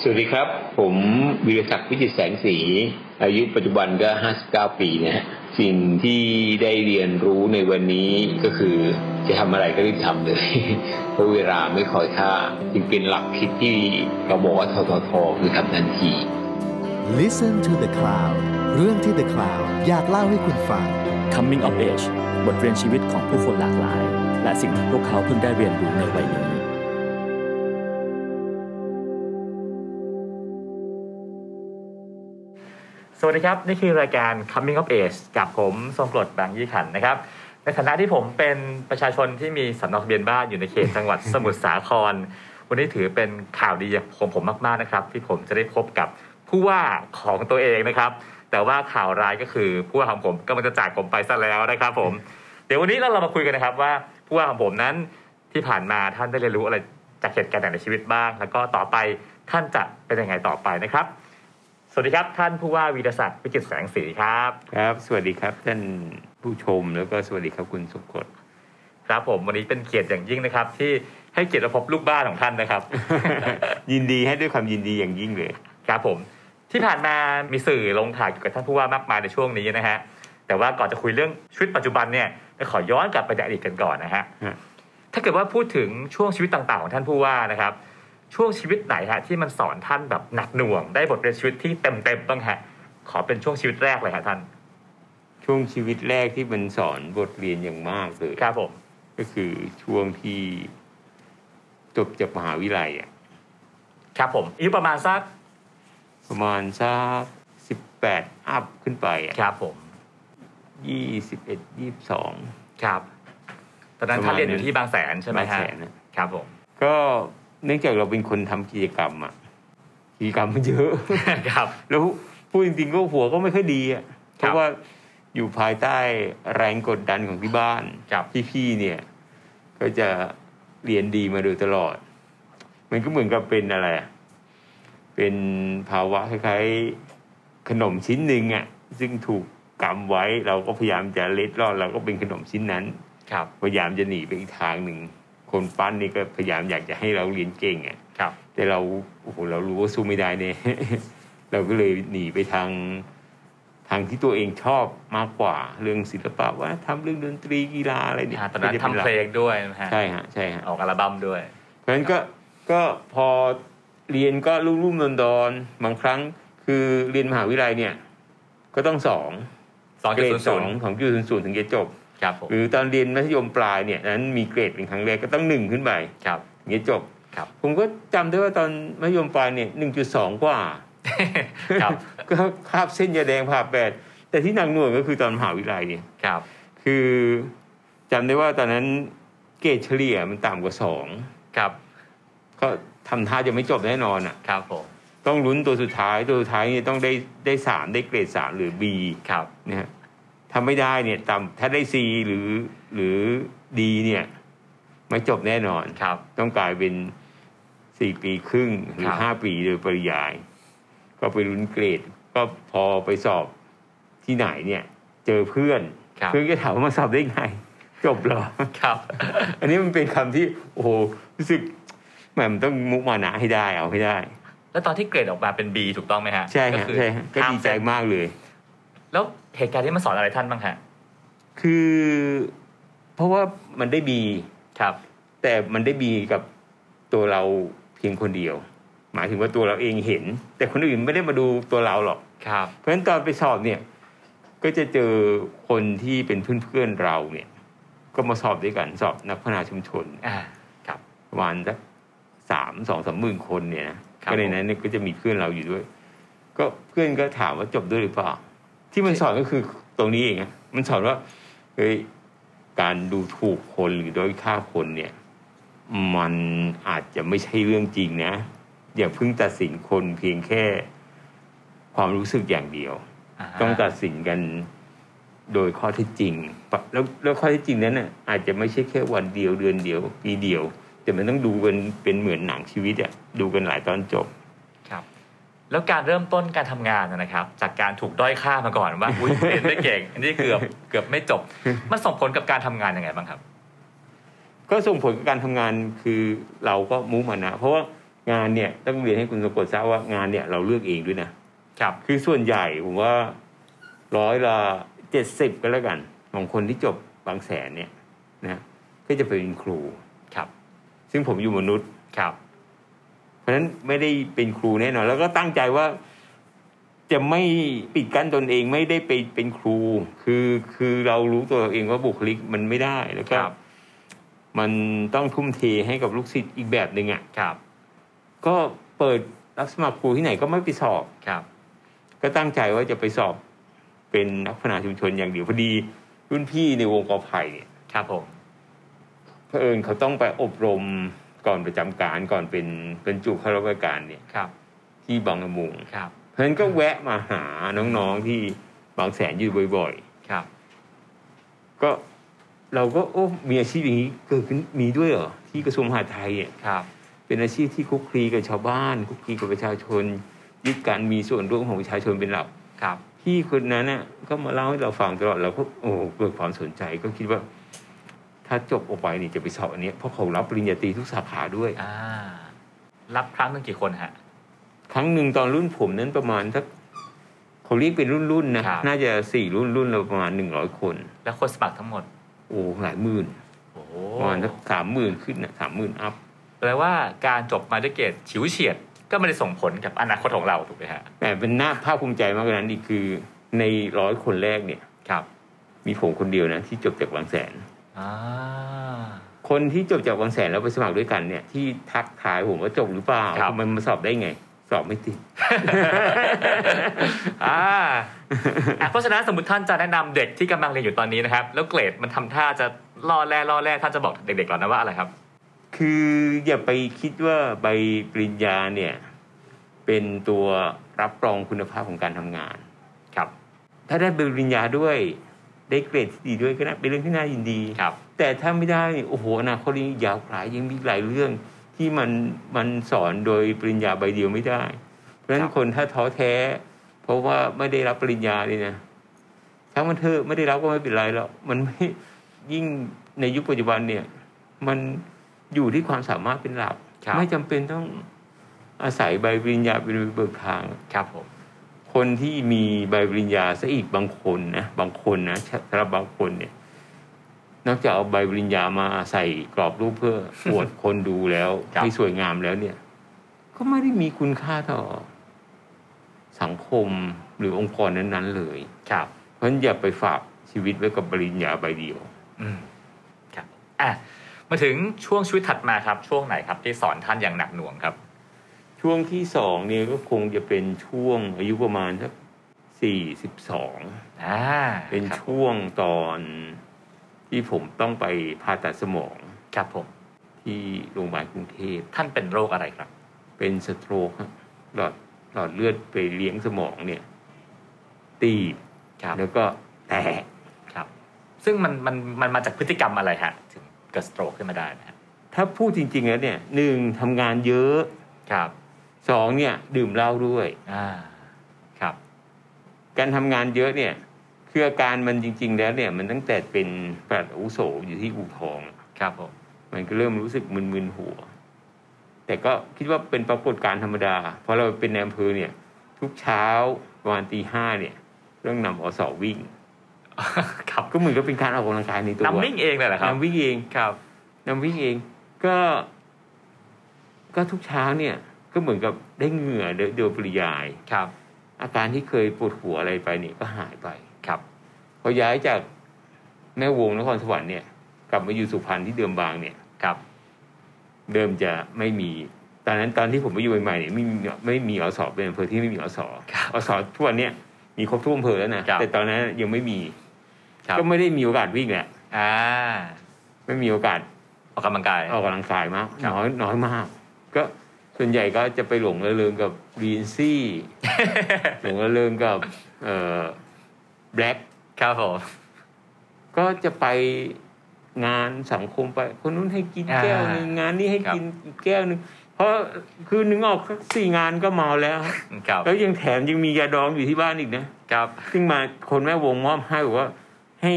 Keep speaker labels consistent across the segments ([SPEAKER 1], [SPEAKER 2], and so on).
[SPEAKER 1] สวัสดีครับ ผมวิรศักดิ์วิจิตรแสงสี อายุปัจจุบันก็ 59 ปีนะฮะสิ่งที่ได้เรียนรู้ในวันนี้ก็คือจะทำอะไรก็รีบทำเลย เพราะเวลาไม่คอยค่าจึงเป็นหลักคิดที่เราบอกว่าทททคือทำทันที
[SPEAKER 2] Listen to the Cloud เรื่องที่ The Cloud อยากเล่าให้คุณฟัง
[SPEAKER 3] Coming of Age บทเรียนชีวิตของผู้คนหลากหลาย และสิ่งที่พวกเขาเพิ่งได้เรียนรู้ในวัยนี้
[SPEAKER 4] สวัสดีครับ นี่คือรายการ Coming of Age กับผมทรงกรดบางยี่ขันนะครับ ในฐานะที่ผมเป็นประชาชนที่มีสำเนาทะเบียนบ้านอยู่ในเขตจังหวัด สมุทรสาคร วันนี้ถือเป็นข่าวดีของผมมาก ๆ นะครับ ที่ผมจะได้พบกับผู้ว่าของตัวเองนะครับ แต่ว่าข่าวร้ายก็คือผู้ว่าของผมก็มันจะจากผมไปซะแล้วนะครับผม เดี๋ยววันนี้เราเรามาคุยกันนะครับว่าผู้ว่าของผมนั้นที่ผ่านมาท่านได้เรียนรู้อะไรจากเหตุการณ์ต่างๆในชีวิตบ้าง แล้วก็ต่อไปท่านจะเป็นยังไงต่อไปนะครับ สวัสดีครับ ท่านผู้ว่าวีรศักดิ์วิจิตรแสงสีครับ
[SPEAKER 5] ครับ สวัสดีครับท่านผู้ชมแล้วก็สวัสดีครับคุณสุกด
[SPEAKER 4] ครับผมวันนี้เป็นเกียรติอย่างยิ่งนะครับ ที่ให้เกียรติมาพบลูกบ้านของท่านนะครับ
[SPEAKER 5] ยินดีให้ด้วยความยินดีอย่างยิ่งเลย
[SPEAKER 4] ครับผมที่ผ่านมามีสื่อลงข่าวเกี่ยวกับท่านผู้ว่ามากมายในช่วงนี้นะฮะแต่ว่าก่อนจะคุยเรื่องชีวิตปัจจุบันเนี่ยจะขอย้อนกลับไปในอดีตกันก่อนนะฮะ
[SPEAKER 5] ฮะ
[SPEAKER 4] ถ้าเกิดว่าพูดถึงช่วงชีวิตต่างๆของท่านผู้ว่านะครับ ช่วงชีวิตไหนฮะที่มันสอนท่านแบบหนักหน่วง ได้บทเรียนชีวิตที่เต็มๆบ้างฮะขอเป็นช่วงชีวิตแรกเลยฮะท่าน
[SPEAKER 5] ช่วงชีวิตแรกที่มันสอนบทเรียนอย่างมากเลย
[SPEAKER 4] ครับผม
[SPEAKER 5] ก็คือช่วงที่จบจากมหาวิทยาลัยอะ
[SPEAKER 4] ครับผมอายุประมาณสัก
[SPEAKER 5] ประมาณสักสิบแปดอัพขึ้นไปอะ
[SPEAKER 4] ครับผม
[SPEAKER 5] ยี่สิบเอ็ดยี่สอง
[SPEAKER 4] ครับตอนนั้น
[SPEAKER 5] ประมา
[SPEAKER 4] ท่าน
[SPEAKER 5] ณ
[SPEAKER 4] เรียนอยู่
[SPEAKER 5] นั้น
[SPEAKER 4] ที่บางแสนใช่ไหมฮะ
[SPEAKER 5] แสนนะครับ
[SPEAKER 4] ผม
[SPEAKER 5] ก็เนื่องจากเราเป็นคนทำกิจกรรมอะกิจกรรมมันเยอะ
[SPEAKER 4] ครับ
[SPEAKER 5] แล้วพูดจริงๆก็หัวก็ไม่ค่อยดีอ่ะ เพ
[SPEAKER 4] ครับ
[SPEAKER 5] ราะว่าอยู่ภายใต้แรงกดดันของที่บ้าน
[SPEAKER 4] ครับ
[SPEAKER 5] พี่ๆเนี่ย ก็จะเรียนดีมาโดยตลอด มันก็เหมือนกับเป็นอะไรอะเป็นภาวะคล้ายๆขนมชิ้นหนึ่งอ่ะ ซึ่งถูกกำไว้เราก็พยายามจะเล็ดรอดเราก็เป็นขนมชิ้นนั้น
[SPEAKER 4] ครับ
[SPEAKER 5] พยายามจะหนีไปอีกทางหนึ่ง คนปั้นนี่ก็พยายามอยากจะให้เราเรียนเก่งอ่ะ
[SPEAKER 4] ครับ
[SPEAKER 5] แต่เราโอ้โหเรารู้ว่าสู้ไม่ได้เนี่ย เราก็เลยหนีไปทางทางที่ตัวเองชอบมากกว่า เรื่องศิลปะวัฒนธรรมเรื่องดนตรีกีฬาอะไรเนี่ย
[SPEAKER 4] อ่าตอนนั้น
[SPEAKER 5] ไม่ได้ป็
[SPEAKER 4] ทำเพลงด้วยนะฮะ
[SPEAKER 5] ใช่ฮะใช่ฮะ
[SPEAKER 4] ออกอัลบั้มด้วย
[SPEAKER 5] เพราะฉะนั้นก็ก็พอเรียนก็รุ่มๆดอนดอนๆบางครั้งคือเรียนมหาวิทยาลัยเนี่ย ก็ต้องสอง
[SPEAKER 4] สอง
[SPEAKER 5] เก
[SPEAKER 4] จุด
[SPEAKER 5] ร
[SPEAKER 4] ศู
[SPEAKER 5] ด
[SPEAKER 4] นย์ศู
[SPEAKER 5] สอน ง
[SPEAKER 4] ย์
[SPEAKER 5] ของจุดศูนย์ศูนย์ถึงจะจบ
[SPEAKER 4] ครับผม
[SPEAKER 5] หรือตอนเรียนมัธยมปลายเนี่ยนั้นมีเกรดเป็นครั้งแรกก็ต้องหนึ่งขึ้นไป
[SPEAKER 4] ครับ
[SPEAKER 5] อย่างเงี้ยจบ
[SPEAKER 4] ครับ
[SPEAKER 5] ผมก็จำได้ว่าตอนมัธยมปลายเนี่ยหนึ่งจุดสองกว่า
[SPEAKER 4] ครับ
[SPEAKER 5] ก็คาบเส้นยาแดงผ่าแปด แต่ที่หนักหน่วงก็คือตอนมหาวิทยาลัยเนี่ย
[SPEAKER 4] ครับ
[SPEAKER 5] คือจำได้ว่าตอนนั้นเกรดเฉลี่ยมันต่ำกว่าสอง
[SPEAKER 4] ครับ
[SPEAKER 5] ก็ทำท่าจะไม่จบแน่นอนอ่ะ
[SPEAKER 4] ครับผม
[SPEAKER 5] ต้องลุ้นตัวสุดท้ายตัวสุดท้ายเนี่ยต้องได้ได้สามได้เกรดสามหรือ B
[SPEAKER 4] ครับ
[SPEAKER 5] นะฮะถ้าไม่ได้เนี่ยต่ำถ้าได้ C หรือหรือ D เนี่ย ไม่จบแน่นอน
[SPEAKER 4] ครับ
[SPEAKER 5] ต้องกลายเป็นสี่ปีครึ่งหรื
[SPEAKER 4] ครั
[SPEAKER 5] อบ ห้าปีโดยปริยาย ก็ไปรุนเกรด ก็พอไปสอบที่ไหนเนี่ย เจอเพื่อน
[SPEAKER 4] ครับ
[SPEAKER 5] เพื่อนก็ถามว่ามาสอบได้ไง จบเหรอ
[SPEAKER 4] ครับ
[SPEAKER 5] อันนี้มันเป็นคำที่ โอ้โหรู้สึกแหมมันต้องมุมานะให้ได้เอาให้ได้
[SPEAKER 4] แล้วตอนที่เกรดออกมาเป็น B ถูกต้องไหมฮะ
[SPEAKER 5] ใช่
[SPEAKER 4] ก็
[SPEAKER 5] ฮะ
[SPEAKER 4] คือ
[SPEAKER 5] ใช่ฮะก็
[SPEAKER 4] ข้าม
[SPEAKER 5] ดีใจ
[SPEAKER 4] เส้น
[SPEAKER 5] มากเลย
[SPEAKER 4] แล้วเหตุการณ์ที่มันสอนอะไรท่านบ้างฮะ
[SPEAKER 5] คือ เพราะว่ามันได้บี
[SPEAKER 4] ครับ
[SPEAKER 5] แต่มันได้บีกับตัวเราเพียงคนเดียว หมายถึงว่าตัวเราเองเห็น แต่คนอื่นไม่ได้มาดูตัวเราหรอก
[SPEAKER 4] ครับ
[SPEAKER 5] เพราะฉะนั้นตอนไปสอบเนี่ย ก็จะเจอคนที่เป็นเพื่อนๆเราเนี่ย ก็มาสอบด้วยกันสอบนักพัฒนาชุมชน
[SPEAKER 4] อ่า
[SPEAKER 5] ประมาณสักสามสองสามหมื่นคนเนี่ยนะครับ ก็ในนั้นเนี่ยก็จะมีเพื่อนเราอยู่ด้วย ก็เพื่อนก็ถามว่าจบด้วยหรือเปล่า ที่มันสอนก็คือตรงนี้เองอะมันสอนว่าเฮ้ยการดูถูกคนหรือด้อยค่าคนเนี่ย มันอาจจะไม่ใช่เรื่องจริงนะ อย่าเพิ่งตัดสินคนเพียงแค่ความรู้สึกอย่างเดียว
[SPEAKER 4] า
[SPEAKER 5] ต้องตัดสินกันโดยข้อเท็จจริงปะแล้วแล้วข้อเท็จจริงนั้นน่ะอาจจะไม่ใช่แค่วันเดียวเดือนเดียวปีเดียว แต่มันต้องดูกันเป็นเหมือนหนังชีวิตอะดูกันหลายตอนจบ
[SPEAKER 4] ครับ แล้วการเริ่มต้นการทำงานนะครับ จากการถูกด้อยค่ามาก่อน ว่า อุ้ยเรียนไม่เก่ง อันนี้เกือบเกือบไม่จบ มันส่งผลกับการทำงานยังไงบ้างครับ
[SPEAKER 5] ก็ส่งผลกับการทำงานคือเราก็มุมานะ เพราะว่าง งานเนี่ยต้องเรียนให้คุณสมกดทราบว่างานเนี่ยเราเลือกเองด้วยนะ
[SPEAKER 4] ครับ
[SPEAKER 5] คือส่วนใหญ่ผมว่าร้อยละเจ็ดสิบก็แล้วกัน ของคนที่จบบางแสนเนี่ยนะก็จะเป็นครู
[SPEAKER 4] ครับ
[SPEAKER 5] ซึ่งผมอยู่มนุษย์
[SPEAKER 4] ครับ
[SPEAKER 5] เพราะฉะนั้นไม่ได้เป็นครูแน่นอน แล้วก็ตั้งใจว่าจะไม่ปิดกั้นตนเองไม่ได้ไปเป็นครู คือคือเรารู้ตัวเราเองว่าบุคลิกมันไม่ได้แล้ว
[SPEAKER 4] ค
[SPEAKER 5] ก็
[SPEAKER 4] รับ
[SPEAKER 5] มันต้องทุ่มเทให้กับลูกศิษย์อีกแบบหนึ่งอะ่ะ
[SPEAKER 4] ครับ
[SPEAKER 5] ก็เปิดรับสมัครครูที่ไหนก็ไม่ไปสอบ
[SPEAKER 4] ครับ
[SPEAKER 5] ก็ตั้งใจว่าจะไปสอบเป็นนักพัฒนาชุมชนอย่างเดียวพอดี รุ่นพี่ในวงกอไผ่เนี่ย
[SPEAKER 4] ครับผม
[SPEAKER 5] เผอิญเขาต้องไปอบรมก่อนประจำการก่อนเป็นบรรจุเข้ารับราชการเนี่ย
[SPEAKER 4] ครับ
[SPEAKER 5] ที่บางละมุง
[SPEAKER 4] ครับ
[SPEAKER 5] เพราะฉะนั้นก็แวะมาหาน้องๆที่บางแสนอยู่บ่อย
[SPEAKER 4] ครับ
[SPEAKER 5] ๆ ก็เราก็โอ้มีอาชีพอย่างนี้เกิดขึ้นมีด้วยเหรอที่กระทรวงมหาดไทยเนี่ย
[SPEAKER 4] ครับ
[SPEAKER 5] เป็นอาชีพที่คุกคลีกับชาวบ้านคุกคลีกับประชาชนยึดการมีส่วนร่วมของประชาชนเป็นหลัก
[SPEAKER 4] ครับ
[SPEAKER 5] พี่คนนั้นน่ะก็มาเล่าให้เราฟังตลอดเราก็โอ้เกิดความสนใจก็คิดว่า ถ้าจบออกไปนี่จะไปสอบอันเนี้ยเพราะเขารับปริญญาตรีทุกสาขาด้วย
[SPEAKER 4] อ่ารับครั้งหนึ่งกี่คนฮะ
[SPEAKER 5] ครั้งหนึ่งตอนรุ่นผมนั้นประมาณสักเขาเรียกเป็นรุ่นๆนะครับ น่าจะสี่รุ่นรุ่นละประมาณหนึ่งร้อยคน
[SPEAKER 4] แล้วคนสมัครทั้งหมด
[SPEAKER 5] โอ้หลายหมื่น
[SPEAKER 4] โอ้โห
[SPEAKER 5] ประมาณสักสามหมื่นขึ้นนะสามหมื่นอัพ
[SPEAKER 4] แปลว่าการจบมาด้วยเกรดฉิวเฉียด ก็ไม่ได้ส่งผลกับอนาคตของเราถูกไหมฮะ
[SPEAKER 5] แต่เป็นน่าภาคภูมิใจมากกว่านั้นอีกคือในร้อยคนแรกเนี่ย
[SPEAKER 4] ครับ
[SPEAKER 5] มีผมคนเดียวนะที่จบจากบางแสน
[SPEAKER 4] อ่า
[SPEAKER 5] คนที่จบจากบางแสนแล้วไปสมัครด้วยกันเนี่ย ที่ทักทายผมว่าจบหรือเปล่าทำไมันมาสอบได้ไง สอบไม่ติด
[SPEAKER 4] อ่าอ่ะเพราะฉะนั้นสมมติท่านจะแนะนำเด็กที่กำลังเรียนอยู่ตอนนี้นะครับ แล้วเกรดมันทำท่าจะล่อแร่ล่อแร่ท่านจะบอกเด็กๆเหล่านั้นว่าอะไรครับ
[SPEAKER 5] คืออย่าไปคิดว่าใบปริญญาเนี่ย เป็นตัวรับรองคุณภาพของการทำงาน
[SPEAKER 4] ครับ
[SPEAKER 5] ถ้าได้ใบปริญญาด้วย ได้เกรดที่ดีด้วยก็น่าเป็นเรื่องที่น่ายินดี
[SPEAKER 4] ครับ
[SPEAKER 5] แต่ถ้าไม่ได้นี่โอ้โหอนาคตยังยาวไกลยังมีอีกหลายเรื่องที่มันมันสอนโดยปริญญาใบเดียวไม่ได้ เพราะฉะนั้นคนถ้าท้อแท้ เพราะว่าไม่ได้รับปริญญาเลยนะถ้ามันเถอะไม่ได้รับก็ไม่เป็นไรแล้วมันไม่ยิ่งในยุคปัจจุบันเนี่ย มันอยู่ที่ความสามารถเป็นหลัก
[SPEAKER 4] ครับ
[SPEAKER 5] ไม่จำเป็นต้องอาศัยใบปริญญาเป็นเบิกทาง
[SPEAKER 4] ครับผม
[SPEAKER 5] คนที่มีใบปริญญาซะอีกบางคนนะบางคนนะสำหรับบางคนเนี่ย นอกจากเอาใบปริญญามาใส่กรอบรูปเพื่อ อวดคนดู แล้วให้สวยงามแล้วเนี่ย ก็ไม่ได้มีคุณค่าต่อสังคมหรือองค์กรนั้นๆเลย
[SPEAKER 4] ครับ
[SPEAKER 5] เพราะฉะนั้นอย่าไปฝากชีวิตไว้กับปริญญาใบเดียว
[SPEAKER 4] อืมครับอ่ะมาถึงช่วงชีวิตถัดมาครับ ช่วงไหนครับที่สอนท่านอย่างหนักหน่วงครับ
[SPEAKER 5] ช่วงที่สองเนี่ยก็คงจะเป็นช่วงอายุประมาณสักสี่สิบสอง
[SPEAKER 4] อ่า
[SPEAKER 5] เป็น
[SPEAKER 4] ครับ
[SPEAKER 5] ช่วงตอนที่ผมต้องไปผ่าตัดสมอง
[SPEAKER 4] ครับผม
[SPEAKER 5] ที่โรงพยาบาลกรุงเทพ
[SPEAKER 4] ท่านเป็นโรคอะไรครับ
[SPEAKER 5] เป็นสโตรกฮะหลอดหลอดเลือดไปเลี้ยงสมองเนี่ย ตีบ
[SPEAKER 4] ครับ
[SPEAKER 5] แล้วก็แตก
[SPEAKER 4] ครับ ซึ่งมันมันมันมาจากพฤติกรรมอะไรฮะถึงเกิดสโตรกขึ้นมาได้นะฮะ
[SPEAKER 5] ถ้าพูดจริง ๆ แล้วเนี่ยหนึ่งทำงานเยอะ
[SPEAKER 4] ครับ
[SPEAKER 5] สองเนี่ย ดื่มเหล้าด้วย
[SPEAKER 4] อ่าครับ
[SPEAKER 5] การทำงานเยอะเนี่ยคืออาการมันจริง ๆ แล้วเนี่ย มันตั้งแต่เป็นปลัดอาวุโสอยู่ที่อู่ทอง
[SPEAKER 4] ครับผม
[SPEAKER 5] มันก็เริ่มรู้สึกมึนๆหัว แต่ก็คิดว่าเป็นปรากฏการณ์ธรรมดา เพราะเราเป็นในอำเภอเนี่ย ทุกเช้าประมาณตีห้าเนี่ยต้องนำอสอวิ่ง
[SPEAKER 4] ครับ
[SPEAKER 5] ก็เหมือนกับเป็นการออกกำลังกายในตัวน
[SPEAKER 4] ำวิ่งเองเลยเหรอครับ
[SPEAKER 5] นำวิ่งเอง
[SPEAKER 4] ครับ
[SPEAKER 5] นำวิ่งเอง ก็ ก็ทุกเช้าเนี่ย ก็เหมือนกับได้เหงื่อโดยโดยปริยาย
[SPEAKER 4] ครับ
[SPEAKER 5] อาการที่เคยปวดหัวอะไรไปเนี่ยก็หายไป
[SPEAKER 4] ครับ
[SPEAKER 5] พอย้ายจากแม่วงนครสวรรค์เนี่ย กลับมาอยู่สุพรรณที่เดิมบางเนี่ย
[SPEAKER 4] ครับ
[SPEAKER 5] เดิมจะไม่มี ตอนนั้นตอนที่ผมไปอยู่ใหม่ๆเนี่ยไม่มีไม่มีอสอเป็นอำเภอที่ไม่มีอสออสอทุกวันเนี้ยมีครบทุกอำเภอแล้วนะ แต่ตอนนั้นยังไม่มี
[SPEAKER 4] ครับ
[SPEAKER 5] ก็ไม่ได้มีโอกาสวิ่งแหละ
[SPEAKER 4] อ่า
[SPEAKER 5] ไม่มีโอกาส
[SPEAKER 4] ออกกำลังกาย
[SPEAKER 5] ออกกำลังกายมาก
[SPEAKER 4] ครับ
[SPEAKER 5] น้อยน้อยมาก ก็ส่วนใหญ่ก็จะไปหลงระเริงกับรี นซี่ หลงระเริงกับเอ่อแบล็ก
[SPEAKER 4] ครับผม
[SPEAKER 5] ก็จะไปงานสังคมไป คนนู้นให้กินแก้วหนึ่งงานนี้ให้กินอีกแก้วหนึ่งเพราะคือนึงออกสักสี่งานก็เมาแล้ว
[SPEAKER 4] ครับ
[SPEAKER 5] แล้วยังแถมยังมียาดองอยู่ที่บ้านอีกนะครับซึ่งมาคนแม่วงมอบให้บอกว่า ให้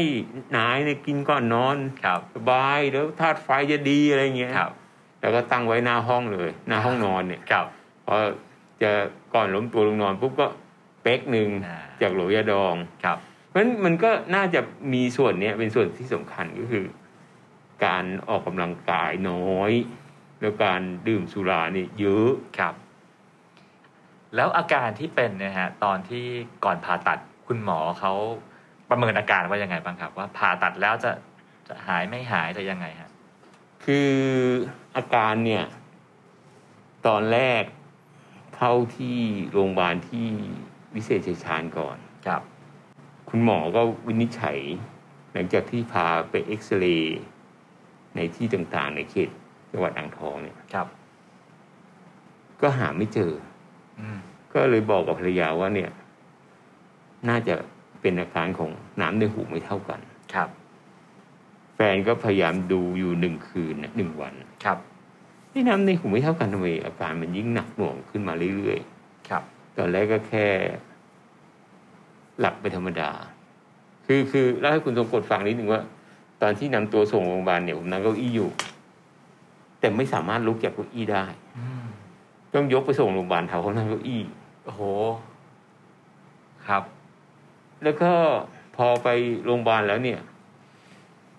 [SPEAKER 5] นายเนี่ยกินก่อนนอน
[SPEAKER 4] ครับ
[SPEAKER 5] สบายแล้วธาตุไฟจะดีอะไรเงี้ย
[SPEAKER 4] ครับ
[SPEAKER 5] แล้วก็ตั้งไว้หน้าห้องเลย หน้าห้องนอนเนี่ย
[SPEAKER 4] ครับ
[SPEAKER 5] พอจะก่อนล้มตัวลงนอนปุ๊บก็เป๊กหนึ่ง
[SPEAKER 4] อ่า
[SPEAKER 5] จากโหลยาดอง
[SPEAKER 4] ครับ
[SPEAKER 5] เพราะฉะนั้นมันก็น่าจะมีส่วนเนี้ยเป็นส่วนที่สำคัญก็คือ การออกกำลังกายน้อย แล้วการดื่มสุรานี่เยอะ
[SPEAKER 4] ครับ แล้วอาการที่เป็นเนี่ยฮะตอนที่ก่อนผ่าตัดคุณหมอเขาประเมินอาการว่ายังไงบ้างครับ ว่าผ่าตัดแล้วจะจะหายไม่หายจะยังไงฮะ
[SPEAKER 5] คืออาการเนี่ย ตอนแรกเข้าที่โรงพยาบาลที่วิเศษชัยชาญก่อน
[SPEAKER 4] ครับ
[SPEAKER 5] คุณหมอก็วินิจฉัย หลังจากที่พาไปเอ็กซเรย์ในที่ต่างๆ ในเขตจังหวัดอ่างทองเนี่ย
[SPEAKER 4] ครับ
[SPEAKER 5] ก็หาไม่เจอ
[SPEAKER 4] อืม
[SPEAKER 5] ก็เลยบอกกับภรรยาว่าเนี่ย น่าจะเป็นอาการของน้ำในหูไม่เท่ากัน
[SPEAKER 4] ครับ
[SPEAKER 5] แฟนก็พยายามดูอยู่หนึ่งคืนน่ะหนึ่งวัน
[SPEAKER 4] ครับ
[SPEAKER 5] นี่น้ำในหูไม่เท่ากันทำไมอาการมันยิ่งหนักหน่วงขึ้นมาเรื่อยๆ
[SPEAKER 4] ครับ
[SPEAKER 5] ตอนแรกก็แค่ หลับไปธรรมดา คือคือเล่าให้คุณทรงกดฟังนิดหนึ่งว่า ตอนที่นำตัวส่งโรงพยาบาลเนี่ยผมนั่งเก้าอี้อยู่ แต่ไม่สามารถลุกจากเก้าอี้ได้
[SPEAKER 4] อืม
[SPEAKER 5] ต้องยกไปส่งโรงพยาบาลเขาเขานั่งเก้าอี้
[SPEAKER 4] โอ้โห ครับ
[SPEAKER 5] แล้วก็พอไปโรงพยาบาลแล้วเนี่ย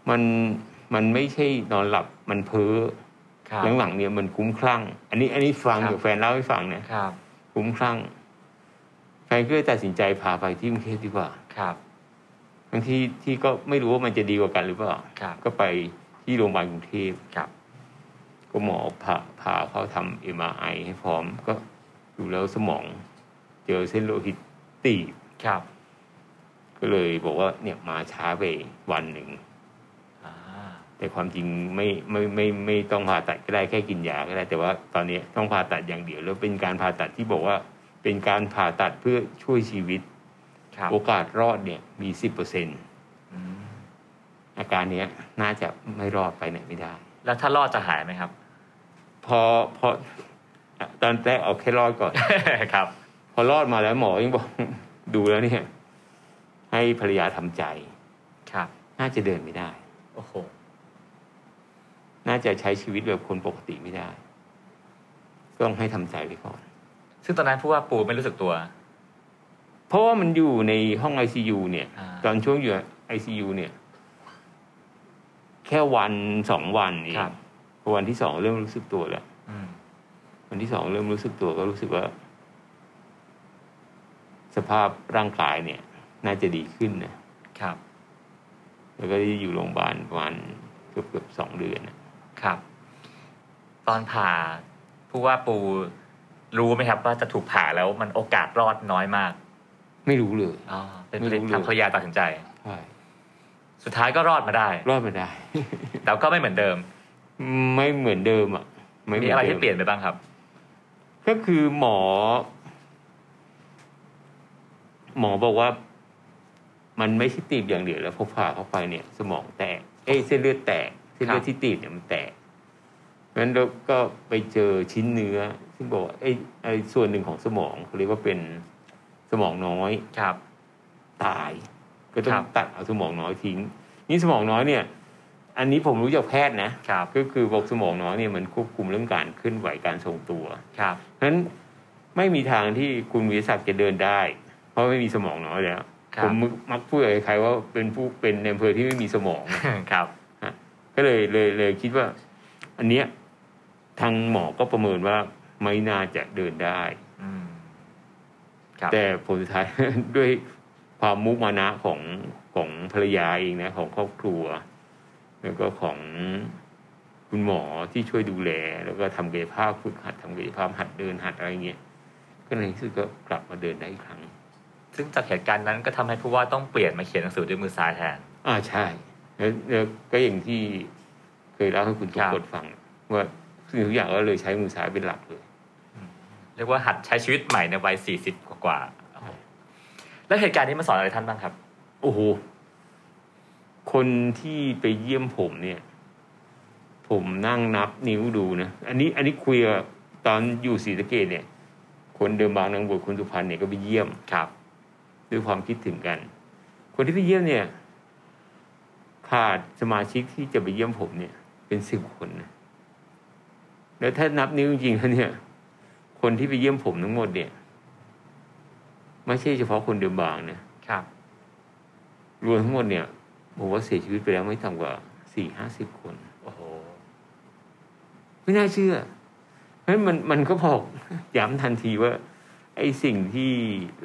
[SPEAKER 5] มันมันไม่ใช่นอนหลับมันเพ้อ
[SPEAKER 4] ครับ
[SPEAKER 5] หลังๆเนี่ยมันคุ้มคลั่ง อันนี้ อันนี้ฟัง
[SPEAKER 4] ครับ
[SPEAKER 5] จากแฟนเล่าให้ฟังเนี่ย
[SPEAKER 4] ครับ
[SPEAKER 5] คุ้มคลั่งแฟนก็เลยตัดสินใจพาไปที่กรุงเทพดีกว่า
[SPEAKER 4] ครับ
[SPEAKER 5] ทั้งที่ที่ก็ไม่รู้ว่ามันจะดีกว่ากันหรือเปล่า
[SPEAKER 4] ครับ
[SPEAKER 5] ก็ไปที่โรงพยาบาลกรุงเทพ
[SPEAKER 4] ครับ
[SPEAKER 5] ก็หมอพาพาเขาทำเอ็มไอให้พร้อม ก็ดูแล้วสมอง เจอเส้นโลหิตตีบ
[SPEAKER 4] ครับ
[SPEAKER 5] ก็เลยบอกว่าเนี่ยมาช้าไปวันหนึ่ง
[SPEAKER 4] อ่า
[SPEAKER 5] แต่ความจริงไม่ไม่ไม่ไม่ไม่ต้องผ่าตัดก็ได้แค่กินยาก็ได้ แต่ว่าตอนนี้ต้องผ่าตัดอย่างเดียว แล้วเป็นการผ่าตัดที่บอกว่า เป็นการผ่าตัดเพื่อช่วยชีวิต
[SPEAKER 4] ครับ
[SPEAKER 5] โอกาสรอดเนี่ยมีสิบเปอร์เซ็น
[SPEAKER 4] อืม
[SPEAKER 5] อาการเนี้ยน่าจะไม่รอดไปไหนไม่ได้
[SPEAKER 4] แล้วถ้ารอดจะหายไหมครับ
[SPEAKER 5] พอพอตอนแรกเอาแค่รอดก่อน
[SPEAKER 4] ครับ
[SPEAKER 5] พอรอดมาแล้วหมอยังบอก ดูแล้วเนี่ย ให้ภรรยาทำใจ
[SPEAKER 4] ครับ
[SPEAKER 5] น่าจะเดินไม่ได้
[SPEAKER 4] โอ้โห
[SPEAKER 5] น่าจะใช้ชีวิตแบบคนปกติไม่ได้ ต้องให้ทำใจไว้ก่อน
[SPEAKER 4] ซึ่งตอนนั้นผู้ว่าปูไม่รู้สึกตัว
[SPEAKER 5] เพราะว่ามันอยู่ในห้องไอซเนี่ย
[SPEAKER 4] อ่า
[SPEAKER 5] ตอนช่วงอยู่ไอซเนี่ย แค่วันสองวันเองพอวันที่สองเริ่มรู้สึกตัวแล้ว
[SPEAKER 4] อืม
[SPEAKER 5] วันที่สองเริ่มรู้สึกตัวก็รู้สึกว่า สภาพร่างกายเนี่ย น่าจะดีขึ้นนะครับ แล้วก็ได้อยู่โรงพยาบาลประมาณเกือบเกือบสองเดือนนะครับ
[SPEAKER 4] ตอนผ่าผู้ว่าปูรู้ไหมครับ ว่าจะถูกผ่าแล้วมันโอกาสรอดน้อยมาก
[SPEAKER 5] ไม่รู้เลย
[SPEAKER 4] อ๋อเป็น
[SPEAKER 5] ไม่รู้เลย
[SPEAKER 4] ทำภรรยาตัดสินใจ
[SPEAKER 5] ใช่
[SPEAKER 4] สุดท้ายก็รอดมาได้
[SPEAKER 5] รอดมาได้
[SPEAKER 4] แต่ก็ไม่เหมือนเดิม
[SPEAKER 5] ไม่เหมือนเดิมอ่ะไม่เห
[SPEAKER 4] มี
[SPEAKER 5] มือน
[SPEAKER 4] อะไร
[SPEAKER 5] เดิ
[SPEAKER 4] ที่เปลี่ยนไปบ้างครับ
[SPEAKER 5] ก็คือหมอ หมอบอกว่า มันไม่ใช่ตีบอย่างเดียวแล้วพอผ่าเข้าไปเนี่ย สมองแตก เอ้ยเส้นเลือดแตกเส้นเลือดที่ตีบเนี่ยมันแตกเพราะฉะนั้นเราก็ไปเจอชิ้นเนื้อซึ่งบอกว่าไอ้ไอ้ส่วนหนึ่งของสมองเขาเรียกว่าเป็นสมองน้อย
[SPEAKER 4] ครับ
[SPEAKER 5] ตาย ก็ต้อ
[SPEAKER 4] ครั
[SPEAKER 5] ง
[SPEAKER 4] บ
[SPEAKER 5] ตัดเอาสมองน้อยทิ้ง นี่สมองน้อยเนี่ย อันนี้ผมรู้จากแพทย์นะ
[SPEAKER 4] ครับ
[SPEAKER 5] ก็คือบอกสมองน้อยเนี่ยมันควบคุมเรื่องการเคลื่อนไหวการทรงตัว
[SPEAKER 4] ครับ
[SPEAKER 5] เพราะฉะนั้นไม่มีทางที่คุณวิทยาศักดิ์จะเดินได้ เพราะไม่มีสมองน้อยแล้ว
[SPEAKER 4] ครั
[SPEAKER 5] ผ
[SPEAKER 4] บ
[SPEAKER 5] มมักพูดกับใครๆว่าเป็นผู้เป็นในอำเภอที่ไม่มีสมอง
[SPEAKER 4] ครับ
[SPEAKER 5] ก็เลยเลยเลยคิดว่า อันเนี้ยทางหมอก็ประเมินว่าไม่น่าจะเดินได้
[SPEAKER 4] อืม ครับ
[SPEAKER 5] แต่ผลสุดท้าย ด้วยความมุมานะของของภรรยาเองนะ ของครอบครัว แล้วก็ของคุณหมอที่ช่วยดูแล แล้วก็ทำกายภาพฝึกหัดทำกายภาพหัดเดินหัดอะไรเงี้ยก็ในที่สุดก็กลับมาเดินได้อีกครั้ง
[SPEAKER 4] ซึ่งจากเหตุการณ์นั้นก็ทำให้ผู้ว่าต้องเปลี่ยนมาเขียนหนังสือด้วยมือซ้ายแทน
[SPEAKER 5] อ่าใช่แล้วแล้วก็อย่างที่เคยเล่าให้คุณทุ
[SPEAKER 4] ค
[SPEAKER 5] ก
[SPEAKER 4] รับ
[SPEAKER 5] คนฟัง ว่าสิ่งทุกอย่างก็เลยใช้มือซ้ายเป็นหลักเลย
[SPEAKER 4] เรียกว่าหัดใช้ชีวิตใหม่ในวัยสี่สิบกว่าๆโอ้โหแล้วเหตุการณ์นี้มาสอนอะไรท่านบ้างครับ
[SPEAKER 5] โอ้โห คนที่ไปเยี่ยมผมเนี่ย ผมนั่งนับนิ้วดูนะ อันนี้ อันนี้คุยกับตอนอยู่ศรีสะเกดเนี่ย คนเดิมบางนางบวชคนสุพรรณเนี่ยก็ไปเยี่ยม
[SPEAKER 4] ครับ
[SPEAKER 5] ด้วยความคิดถึงกัน คนที่ไปเยี่ยมเนี่ย ขาดสมาชิกที่จะไปเยี่ยมผมเนี่ย เป็นสิบคนนะ แล้วถ้านับนิ้วจริงๆแล้วเนี่ย คนที่ไปเยี่ยมผมทั้งหมดเนี่ย ไม่ใช่เฉพาะคนเดิมบางนะครับ รวมทั้งหมดเนี่ยผมว่าเสียชีวิตไปแล้วไม่ต่ำกว่าสี่ห้าสิบคน
[SPEAKER 4] โอ้โห
[SPEAKER 5] ไม่น่าเชื่อ เพราะฉะนั้นมันมันก็บอก ย้ำทันทีว่า ไอ้สิ่งที่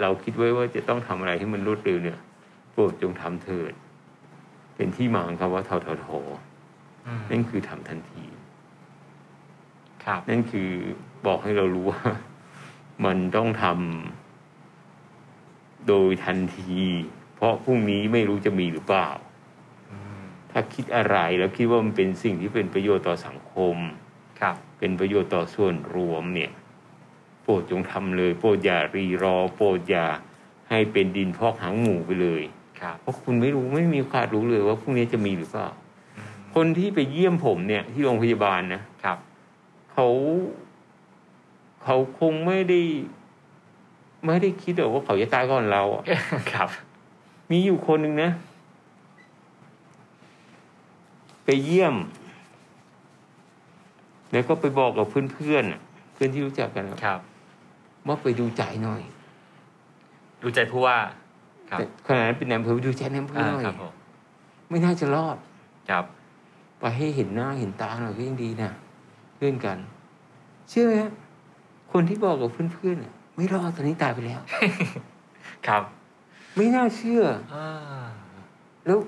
[SPEAKER 5] เราคิดไว้ว่าจะต้องทำอะไรให้มันรวดเร็วเนี่ยโปรดจงทำเถิด เป็นที่มาของคำว่าททท
[SPEAKER 4] อืม
[SPEAKER 5] นั่นคือทำทันที
[SPEAKER 4] ครับ
[SPEAKER 5] นั่นคือบอกให้เรารู้ว่า มันต้องทำโดยทันที เพราะพรุ่งนี้ไม่รู้จะมีหรือเปล่า
[SPEAKER 4] อืม
[SPEAKER 5] ถ้าคิดอะไรแล้วคิดว่ามันเป็นสิ่งที่เป็นประโยชน์ต่อสังคม
[SPEAKER 4] ครับ
[SPEAKER 5] เป็นประโยชน์ต่อส่วนรวมเนี่ย โปรดจงทำเลย โปรดอย่ารีรอ โปรดอย่าให้เป็นดินพอกหางหมูไปเลย
[SPEAKER 4] ครับ
[SPEAKER 5] เพราะคุณไม่รู้ไม่มีโอกาสรู้เลยว่าพรุ่งนี้จะมีหรือเปล่า
[SPEAKER 4] อืม
[SPEAKER 5] คนที่ไปเยี่ยมผมเนี่ย ที่โรงพยาบาลนะครับ เขาเขาคงไม่ได้ ไม่ได้คิดหรอกว่าเขาจะตายก่อนเราอะ
[SPEAKER 4] ครับ
[SPEAKER 5] มีอยู่คนหนึ่งนะ ไปเยี่ยม แล้วก็ไปบอกกับเพื่อนๆอะเพื่อนที่รู้จักกันอะ
[SPEAKER 4] ครับ
[SPEAKER 5] ว่าไปดูใจหน่อย
[SPEAKER 4] ดูใจผู้ว่า ครับ
[SPEAKER 5] แต่ขณะนั้นเป็นนายอำเภอไปดูใจนายอำเภอ
[SPEAKER 4] อ่า
[SPEAKER 5] หน่อย
[SPEAKER 4] ครับผม
[SPEAKER 5] ไม่น่าจะรอด
[SPEAKER 4] ครับ
[SPEAKER 5] ไปให้เห็นหน้าเห็นตาหน่อยก็ยังดีนะเพื่อนกัน เชื่อไหมฮะคนที่บอกกับเพื่อนๆน่ะไม่รอดตอนนี้ตายไปแล้ว
[SPEAKER 4] ครับ
[SPEAKER 5] ไม่น่าเชื่อ
[SPEAKER 4] อ่า
[SPEAKER 5] แล้ว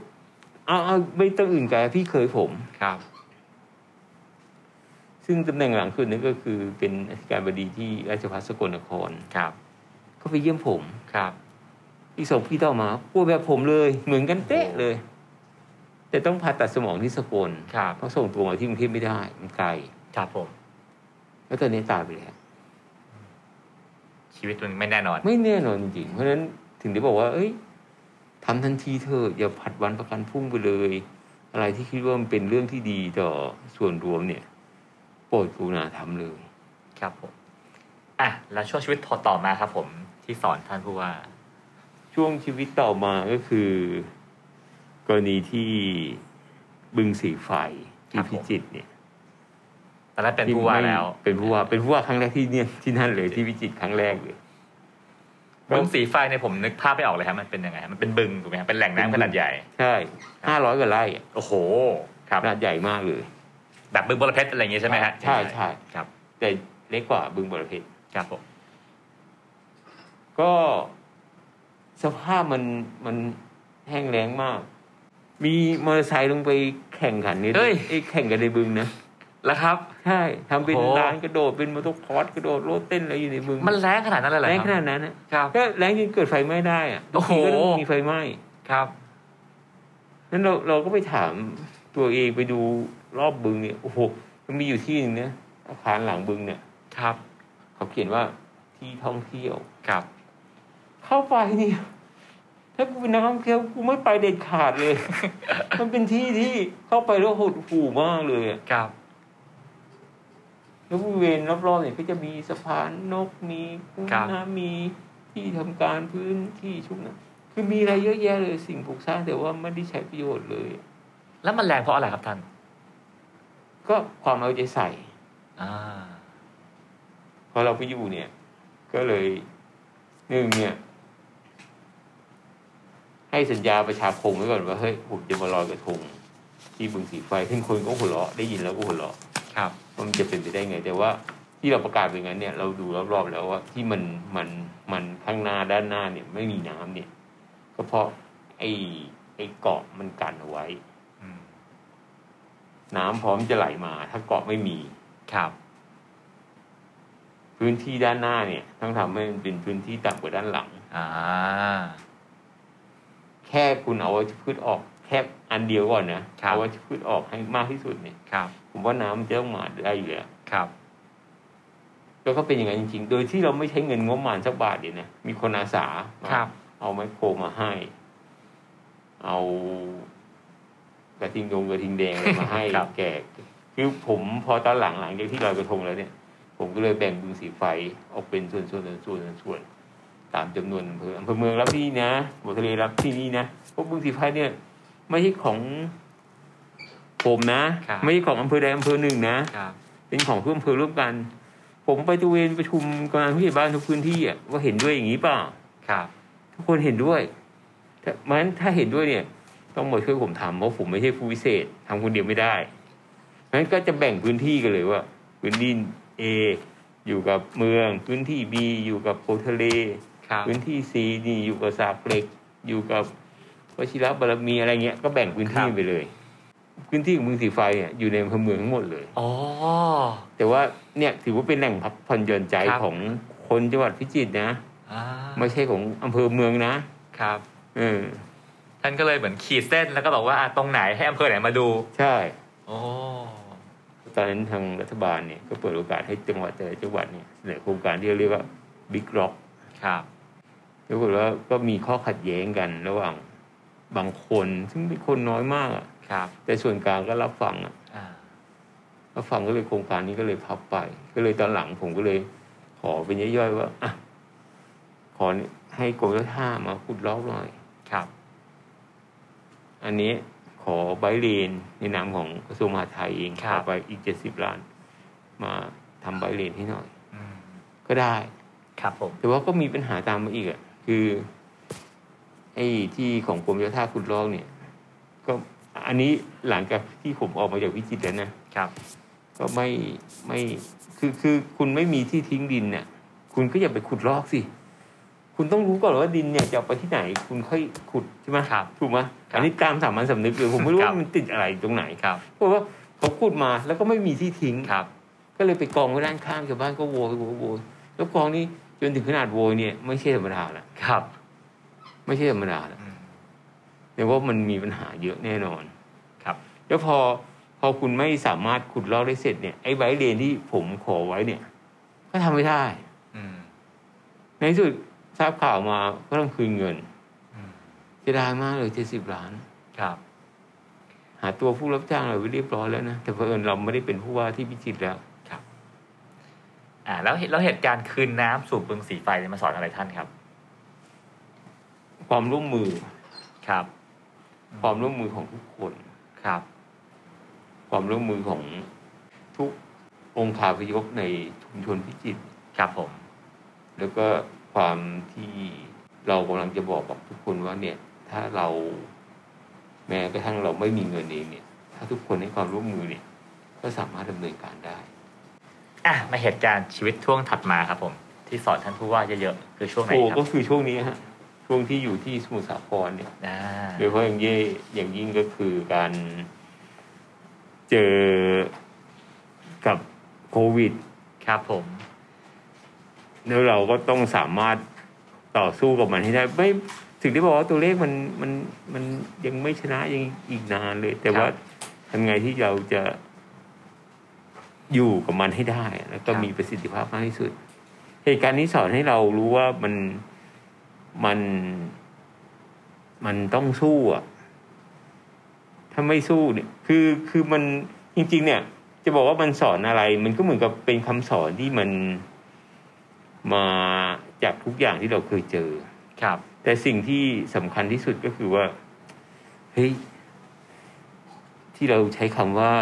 [SPEAKER 5] เอาเอาไม่ต้องอื่นไกลพี่เคยผม
[SPEAKER 4] ครับ
[SPEAKER 5] ซึ่งตำแหน่งหลังสุดนั่นก็คือเป็นอธิการบดีที่ราชภัฏสกลนคร
[SPEAKER 4] ครับ
[SPEAKER 5] เขาไปเยี่ยมผม
[SPEAKER 4] ครับ
[SPEAKER 5] อีกสองพี่ต่อมาป่วยแบบผมเลย เหมือนกันเป๊ะเลย แต่ต้องผ่าตัดสมองที่สกล
[SPEAKER 4] ครับ
[SPEAKER 5] เพราะส่งตัวมาที่กรุงเทพไม่ได้มันไกล
[SPEAKER 4] ครับผม
[SPEAKER 5] แล้วตอนนี้ตายไปแล้ว
[SPEAKER 4] ชีวิตมันไม่แน่นอน
[SPEAKER 5] ไม่แน่นอนจริงๆ เพราะฉะนั้นถึงได้บอกว่า เอ้ยทำทันทีเถอะอย่าผัดวันประกันพรุ่งไปเลย อะไรที่คิดว่ามันเป็นเรื่องที่ดีต่อส่วนรวมเนี่ย โปรดกรุณาทำเลย
[SPEAKER 4] ครับผม อ่ะ แล้วช่วงชีวิตต่อมาครับผม ที่สอนท่านผู้ว่า
[SPEAKER 5] ช่วงชีวิตต่อมาก็คือ กรณีที่บึงสีไฟ
[SPEAKER 4] ครั
[SPEAKER 5] ที่
[SPEAKER 4] บผม
[SPEAKER 5] พิจิตรเนี่ย
[SPEAKER 4] ตอนนั้นเป็นผู้ว่า
[SPEAKER 5] ที่ไม่
[SPEAKER 4] แล้ว
[SPEAKER 5] เป็นผู้ว่าเป็นผู้ว่าครั้งแรกที่เนี่ยที่นั่นเลยที่พิจิตรครั้งแรกเลย
[SPEAKER 4] บึงสีไฟเนี่ยผมนึกภาพไม่ออกเลยครับมันเป็นยังไงฮะมันเป็นบึงถูกไหมครับเป็นแหล่ง
[SPEAKER 5] เป็นบึ
[SPEAKER 4] น้ำ
[SPEAKER 5] ง
[SPEAKER 4] ขนาดใหญ่
[SPEAKER 5] ใช่ห้าร้อยกว่าไร่อะ
[SPEAKER 4] โอ้โห ครับ
[SPEAKER 5] ขนาดใหญ่มากเลย
[SPEAKER 4] แบบบึงบรเพชรอะไรอย่างงี้ใช่ไหมฮะ
[SPEAKER 5] ใช่ใช่
[SPEAKER 4] ครับ
[SPEAKER 5] แต่เล็กกว่าบึงบรเพชร
[SPEAKER 4] ครับผม
[SPEAKER 5] ก็สภาพมันมันแห้งแล้งมาก มีมอเตอร์ไซค์ลงไปแข่งขันนี่
[SPEAKER 4] เฮ้ย
[SPEAKER 5] ไอ้แข่งกันในบึงนะ
[SPEAKER 4] แล้วครับ
[SPEAKER 5] ใช่ทำเป็น
[SPEAKER 4] โอ้โห
[SPEAKER 5] ร้านกระโดดเป็นมอเตอร์คอร์สกระโดดโลดเต้นอะไรอยู่ในบึง
[SPEAKER 4] มันแรงขนาดนั้นเลยเหรอ
[SPEAKER 5] แร
[SPEAKER 4] ค
[SPEAKER 5] ง
[SPEAKER 4] รับ
[SPEAKER 5] ขนาดนั้นนะครับ ก็แรงจนเกิดไฟไหม้ได้อะบางทีก็
[SPEAKER 4] โอ้โห
[SPEAKER 5] มีไฟไหม้
[SPEAKER 4] ครับ
[SPEAKER 5] นั้นเราเราก็ไปถามตัวเองไปดูรอบบึงเนี่ยโอ้โหมันมีอยู่ที่หนึ่งนะอาคารหลังบึงเนี่ย
[SPEAKER 4] ครับ
[SPEAKER 5] เขาเขียนว่าที่ท่องเที่ยว
[SPEAKER 4] ครับ
[SPEAKER 5] เข้าไปเนี่ยถ้ากูเป็นนักท่องเที่ยวกูไม่ไปเด็ดขาดเลย มันเป็นที่ที่เข้าไปแล้วหดหู่มากเลยอะ
[SPEAKER 4] ครับ
[SPEAKER 5] แล้วบริเวณรอบๆเนี่ยก็จะมีสะพานนกมีกุ้ง
[SPEAKER 4] ครับ
[SPEAKER 5] น้ำมีที่ทำการพื้นที่ชุกนะคือมีอะไรเยอะแยะเลยสิ่งปลูกสร้างแต่ว่าไม่ได้ใช้ประโยชน์เลย
[SPEAKER 4] แล้วมันแรงเพราะอะไรครับท่าน
[SPEAKER 5] ก็ความเอาใจใส่
[SPEAKER 4] อ่า
[SPEAKER 5] พอเราไปอยู่เนี่ย ก็เลยหนึ่งเนี่ย ให้สัญญาประชาคมไว้ก่อนว่าเฮ้ยผมจะมาลอยกระทง ที่บึงสีไฟซึ่งคนก็หัวเราะได้ยินแล้วก็หัวเราะ
[SPEAKER 4] ครับ
[SPEAKER 5] ว่ามันจะเป็นไปได้ไง แต่ว่าที่เราประกาศเป็นงั้นเนี่ยเราดูรอบๆแล้วว่าที่มันมันมันข้างหน้าด้านหน้าเนี่ย ไม่มีน้ำเนี่ย ก็เพราะไอ้ไอ้เกาะมันกันเอาไว้
[SPEAKER 4] อืม
[SPEAKER 5] น้ำพร้อมจะไหลมา ถ้าเกาะไม่มี
[SPEAKER 4] ครับ
[SPEAKER 5] พื้นที่ด้านหน้าเนี่ยต้องทำให้มันเป็นพื้นที่ต่ำกว่าด้านหลัง
[SPEAKER 4] อ่า
[SPEAKER 5] แค่คุณเอาวัชพืชออกแค่อันเดียวก่อนนะครับ เอาวัชพืชออกให้มากที่สุดเนี่ย
[SPEAKER 4] ครับ
[SPEAKER 5] ผมว่าน้ำมันจะต้องมาได้อยู่แล้ว
[SPEAKER 4] ครับ
[SPEAKER 5] แล้วก็เป็นอย่างนั้นจริง ๆ โดยที่เราไม่ใช้เงินงบประมาณสักบาทเดียวนะ มีคนอาสามา
[SPEAKER 4] ครับ
[SPEAKER 5] เอาไมโครมาให้ เอากระทิงดงกระทิงแดงอะไรมาให้
[SPEAKER 4] ครับ
[SPEAKER 5] แกคือผมพอตอนหลังหลังจากที่ลอยกระทงแล้วเนี่ย ผมก็เลยแบ่งบึงสีไฟออกเป็นส่วนๆส่วนๆส่วนๆส่วนๆตามจำนวนอำเภออำเภอเมืองรับที่นี่นะบัวทะเลรับที่นี่นะเพวกบึงสีไฟเนี่ย ไม่ใช่ของผมนะ
[SPEAKER 4] ครับ
[SPEAKER 5] ไม่ใช่ของอำเภอใดอำเภอหนึ่งนะ
[SPEAKER 4] ครับ
[SPEAKER 5] เป็นของเพื่อนเพื่อร่วมกัน ผมไปตระเวนประชุมกำนันผู้ใหญ่บ้านทุกพื้นที่อะว่าเห็นด้วยอย่างนี้เปล่า
[SPEAKER 4] ครับ
[SPEAKER 5] ทุกคนเห็นด้วยถ้ามันถ้าเห็นด้วยเนี่ย ต้องมาช่วยผมทำเพราะผมไม่ใช่ผู้วิเศษทำคนเดียวไม่ได้งั้นก็จะแบ่งพื้นที่กันเลยว่า พื้นที่ A อยู่กับเมือง พื้นที่ B อยู่กับโพธิ์ทะเล
[SPEAKER 4] ครับ
[SPEAKER 5] พื้นที่ C นี่อยู่กับสาปเหล็ก อยู่กับวชิระบารมีอะไรเงี้ย ก็แบ่งพื้นที่ไปเลย พื้นที่ของเมืองสีไฟเนี่ยอยู่ในอำเภอเมืองทั้งหมดเลย
[SPEAKER 4] อ๋อ
[SPEAKER 5] แต่ว่าเนี่ยถือว่าเป็นแหล่งพักผ่อนหย่อนใจ
[SPEAKER 4] ครับ
[SPEAKER 5] ของคนจังหวัดพิจิตรนะ
[SPEAKER 4] อ่า
[SPEAKER 5] ไม่ใช่ของอำเภอเมืองนะครับ เออ
[SPEAKER 4] ท่านก็เลยเหมือนขีดเส้นแล้วก็บอกว่าอ่ะตรงไหนให้อำเภอไหนมาดู
[SPEAKER 5] ใช่
[SPEAKER 4] โอ้
[SPEAKER 5] ตอนนั้นทางรัฐบาลเนี่ยก็เปิดโอกาสให้จังหวัดแต่ละจังหวัดเนี่ยเสนอโครงการที่เรียกว่าบิ๊กล็อก
[SPEAKER 4] ครับ
[SPEAKER 5] ปรากฏว่าก็มีข้อขัดแย้งกันระหว่างบางคนซึ่งเป็นคนน้อยมากอะ
[SPEAKER 4] ครับ
[SPEAKER 5] แต่ส่วนกลางก็รับฟังอะ
[SPEAKER 4] อ่า
[SPEAKER 5] รับฟังก็เลยโครงการนี้ก็เลยพับไป ก็เลยตอนหลังผมก็เลย ขอเป็นย่อยๆว่าอ่ะขอให้กรมเจ้าท่ามาขุดล็อกหน่อย
[SPEAKER 4] ครับ
[SPEAKER 5] อันนี้ขอใบเลนในนามของกระทรวงมหาดไทยเองขอไปอีกเจ็ดสิบล้าน มาทำใบเลนให้หน่อย
[SPEAKER 4] อืม
[SPEAKER 5] ก็ได้
[SPEAKER 4] ครับผม
[SPEAKER 5] แต่ว่าก็มีปัญหาตามมาอีกอ่ะคือไอ้ที่ของกรมโยธาขุดลอกเนี่ย ก็อันนี้หลังจากที่ผมออกมาจากวิจิตรแล้วนะครับ ก็ไม่ไม่คือคือคุณไม่มีที่ทิ้งดินเนี่ยคุณก็อย่าไปขุดลอกสิ คุณต้องรู้ก่อนว่าดินเนี่ยจะเอาไปที่ไหน คุณค่อยขุดใช่ไหม
[SPEAKER 4] ครับ
[SPEAKER 5] ถูกไหม
[SPEAKER 4] ครับ
[SPEAKER 5] อันนี้ตามสามัญสำนึกเลยผมไม่รู้
[SPEAKER 4] ครับ
[SPEAKER 5] ว่ามันติดอะไรตรงไหน
[SPEAKER 4] ครับ
[SPEAKER 5] เพราะว่าเขาขุดมาแล้วก็ไม่มีที่ทิ้ง
[SPEAKER 4] ครับ
[SPEAKER 5] ก็เลยไปกองไว้ด้านข้างชาวบ้านก็โวยโวยโวยแล้วกองนี้จนถึงขนาดโวยเนี่ยไม่ใช่ธรรมดาละ
[SPEAKER 4] ครับ
[SPEAKER 5] ไม่ใช่ธรรมดาละ
[SPEAKER 4] อืม
[SPEAKER 5] แต่ว่ามันมีปัญหาเยอะแน่นอน
[SPEAKER 4] ครับ
[SPEAKER 5] แล้วพอพอคุณไม่สามารถขุดลอกได้เสร็จเนี่ยไอ้ใบเลนที่ผมขอไว้เนี่ย ก็ทำไม่ได้
[SPEAKER 4] อืม
[SPEAKER 5] ในที่สุดทราบข่าวมาก็ต้องคืนเงิน
[SPEAKER 4] อืม
[SPEAKER 5] เสียดายมากเลยเจ็ดสิบล้าน
[SPEAKER 4] ครับ
[SPEAKER 5] หาตัวผู้รับจ้างอะไรไว้เรียบร้อยแล้วนะแต่เผอิญเราไม่ได้เป็นผู้ว่าที่พิจิตรแล้ว
[SPEAKER 4] อ่าแล้วเหตุแล้วเหตุการณ์คืนน้ำสู่บึงสีไฟเนี่ยมาสอนอะไรท่านครับ
[SPEAKER 5] ความร่วมมือ
[SPEAKER 4] ครับ
[SPEAKER 5] ความร่วมมือของทุกคน
[SPEAKER 4] ครับ
[SPEAKER 5] ความร่วมมือของทุกองค์คาพยพในชุมชนพิจิตร
[SPEAKER 4] ครับผม
[SPEAKER 5] แล้วก็ความที่เรากำลังจะบอกกับทุกคนว่าเนี่ย ถ้าเราแม้กระทั่งเราไม่มีเงินเองเนี่ย ถ้าทุกคนให้ความร่วมมือเนี่ย ก็สามารถดำเนินการได้
[SPEAKER 4] อ่ะมาเหตุการณ์ชีวิตช่วงถัดมาครับผม ที่สอนท่านผู้ว่าเยอะๆคือช่วงไหน
[SPEAKER 5] โอ้
[SPEAKER 4] ครั
[SPEAKER 5] ก็
[SPEAKER 4] บ
[SPEAKER 5] คือช่วงนี้ฮะช่วงที่อยู่ที่สมุทรสาครเนี่ย
[SPEAKER 4] อ่า
[SPEAKER 5] โดยเฉพาะอย่างยิ่งอย่างยิ่งก็คือการเจอกับโควิด
[SPEAKER 4] ครับผม
[SPEAKER 5] แล้วเราก็ต้องสามารถต่อสู้กับมันให้ได้ไม่ถึงได้บอกว่าตัวเลขมันมันมันยังไม่ชนะยังอีกนานเลย แต่ว่า
[SPEAKER 4] ครับ
[SPEAKER 5] ทำไงที่เราจะอยู่กับมันให้ได้อะแล้วก็
[SPEAKER 4] ครับ
[SPEAKER 5] มีประสิทธิภาพมากที่สุดเหตุการณ์นี้สอนให้เรารู้ว่ามันมันมันต้องสู้อ่ะ ถ้าไม่สู้เนี่ย คือคือมันจริง ๆ เนี่ย จะบอกว่ามันสอนอะไร มันก็เหมือนกับเป็นคำสอนที่มัน มาจากทุกอย่างที่เราเคยเจอ
[SPEAKER 4] ครับ
[SPEAKER 5] แต่สิ่งที่สำคัญที่สุดก็คือว่าเฮ้ยที่เราใช้คำว่า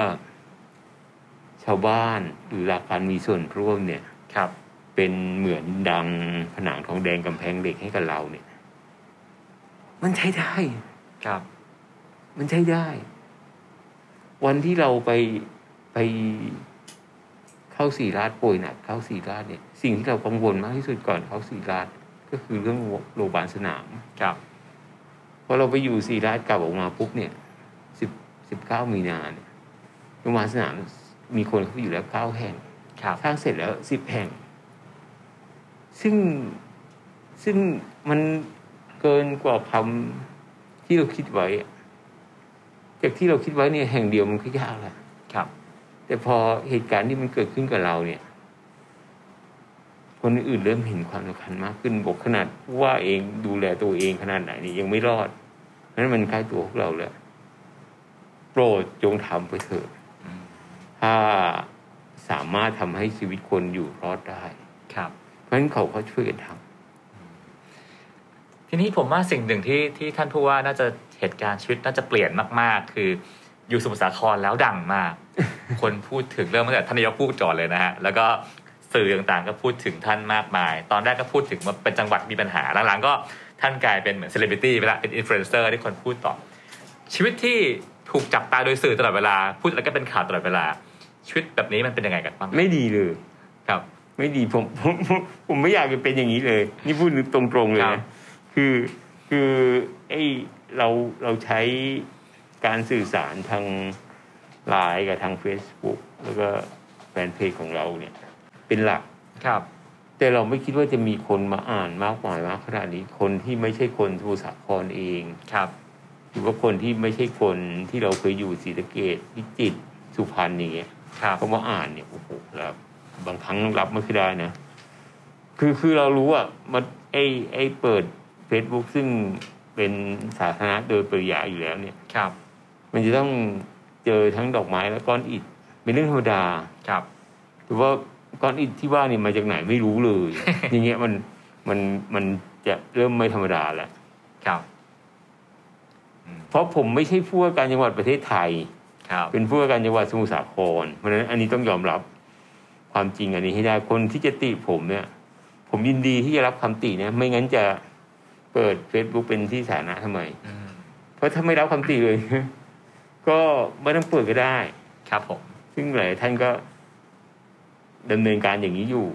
[SPEAKER 5] ชาวบ้านหรือหลักการมีส่วนร่วมเนี่ย
[SPEAKER 4] ครับ
[SPEAKER 5] เป็นเหมือนดังผนังทองแดงกำแพงเหล็กให้กับเราเนี่ย มันใช้ได้
[SPEAKER 4] ครับ
[SPEAKER 5] มันใช้ได้ วันที่เราไปไปเข้าสีราชป่วยหนักเข้าสีราชเนี่ย สิ่งที่เรากังวลมากที่สุดก่อนเข้าสีราชก็คือเรื่องโรงพยาบาลสนาม
[SPEAKER 4] ครับ
[SPEAKER 5] พอเราไปอยู่สีราชกลับออกมาปุ๊บเนี่ยสิบสิบเก้ามีนาเนี่ยโรงพยาบาลสนามมีคนเข้าไปอยู่แล้วเก้าแห่ง
[SPEAKER 4] ครับ
[SPEAKER 5] สร้างเสร็จแล้วสิบแห่ง ซึ่งซึ่งมันเกินกว่าคำที่เราคิดไว้อะจากที่เราคิดไว้เนี่ยแห่งเดียวมันก็ยากแล้ว
[SPEAKER 4] ครับ
[SPEAKER 5] แต่พอเหตุการณ์ที่มันเกิดขึ้นกับเราเนี่ย คนอื่นเริ่มเห็นความสำคัญมากขึ้นบอกขนาดผู้ว่าเองดูแลตัวเองขนาดไหนเนี่ยยังไม่รอดนั้นมันใกล้ตัวพวกเราแล้วโปรดจงทำไปเถอะ
[SPEAKER 4] อืม
[SPEAKER 5] ถ้าสามารถทำให้ชีวิตคนอยู่รอดได้
[SPEAKER 4] ครับ
[SPEAKER 5] เพราะฉะนั้นเขาก็ช่วยกันทำ
[SPEAKER 4] ทีนี้ผมว่าสิ่งหนึ่งที่ที่ท่านผู้ว่าน่าจะเหตุการณ์ชีวิตน่าจะเปลี่ยนมาก ๆ คือ อยู่สมุทรสาครแล้วดังมาก คนพูดถึงเริ่มตั้งแต่ท่านนายกพูดก่อนเลยนะฮะแล้วก็สื่อต่างๆก็พูดถึงท่านมากมาย ตอนแรกก็พูดถึงว่าเป็นจังหวัดมีปัญหาหลังๆก็ท่านกลายเป็นเหมือนเซเลบริตี้ไปละเป็นอินฟลูเอนเซอร์ที่คนพูดต่อ ชีวิตที่ถูกจับตาโดยสื่อตลอดเวลา พูดแล้วก็เป็นข่าวตลอดเวลา ชีวิตแบบนี้มันเป็นยังไงกันบ้าง
[SPEAKER 5] ไม่ดีเลย
[SPEAKER 4] ครับ
[SPEAKER 5] ไม่ดีผมผมผมผมไม่อยากจะเป็นอย่างนี้เลย นี่พูดตรงๆเลย
[SPEAKER 4] ครับ
[SPEAKER 5] นะคือคือไอเราเราใช้การสื่อสารทางไลน์กับทาง Facebook แล้วก็แฟนเพจของเราเนี่ย เป็นหลัก
[SPEAKER 4] ครับ
[SPEAKER 5] แต่เราไม่คิดว่าจะมีคนมาอ่านมากมายมากขนาดนี้คนที่ไม่ใช่คนสมุทรสาครเอง
[SPEAKER 4] ครับ
[SPEAKER 5] หรือว่าคนที่ไม่ใช่คนที่เราเคยอยู่ศรีสะเกดพิจิตรสุพรรณอย่างเงี้ย
[SPEAKER 4] ครับ
[SPEAKER 5] เขามาอ่านเนี่ยโอ้โหแล้วบางครั้งรับไม่ค่อยได้นะ คือคือเรารู้ว่ามันไอไอเปิด Facebook ซึ่งเป็นสาธารณะโดยปริยายอยู่แล้วเนี่ย
[SPEAKER 4] ครับ
[SPEAKER 5] มันจะต้องเจอทั้งดอกไม้และก้อนอิฐเป็นเรื่องธรรมดา
[SPEAKER 4] ครับ
[SPEAKER 5] แต่ว่าก้อนอิฐที่ว่าเนี่ยมาจากไหนไม่รู้เลย อย่างเงี้ยมันมันมันจะเริ่มไม่ธรรมดาแล้ว
[SPEAKER 4] ครับ
[SPEAKER 5] เพราะผมไม่ใช่ผู้ว่าการจังหวัดประเทศไทย
[SPEAKER 4] ครับ
[SPEAKER 5] เป็นผู้ว่าการจังหวัดสมุทรสาคร เพราะฉะนั้นอันนี้ต้องยอมรับความจริงอันนี้ให้ได้คนที่จะติผมเนี่ย ผมยินดีที่จะรับคำตินะไม่งั้นจะเปิด Facebook เป็นที่สาธารณะทำไม
[SPEAKER 4] อืม
[SPEAKER 5] เพราะถ้าไม่รับคำติเลย ก็ไม่ต้องเปิดก็ได้
[SPEAKER 4] ครับผม
[SPEAKER 5] ซึ่งหลายท่านก็ดำเนินการอย่างนี้อยู่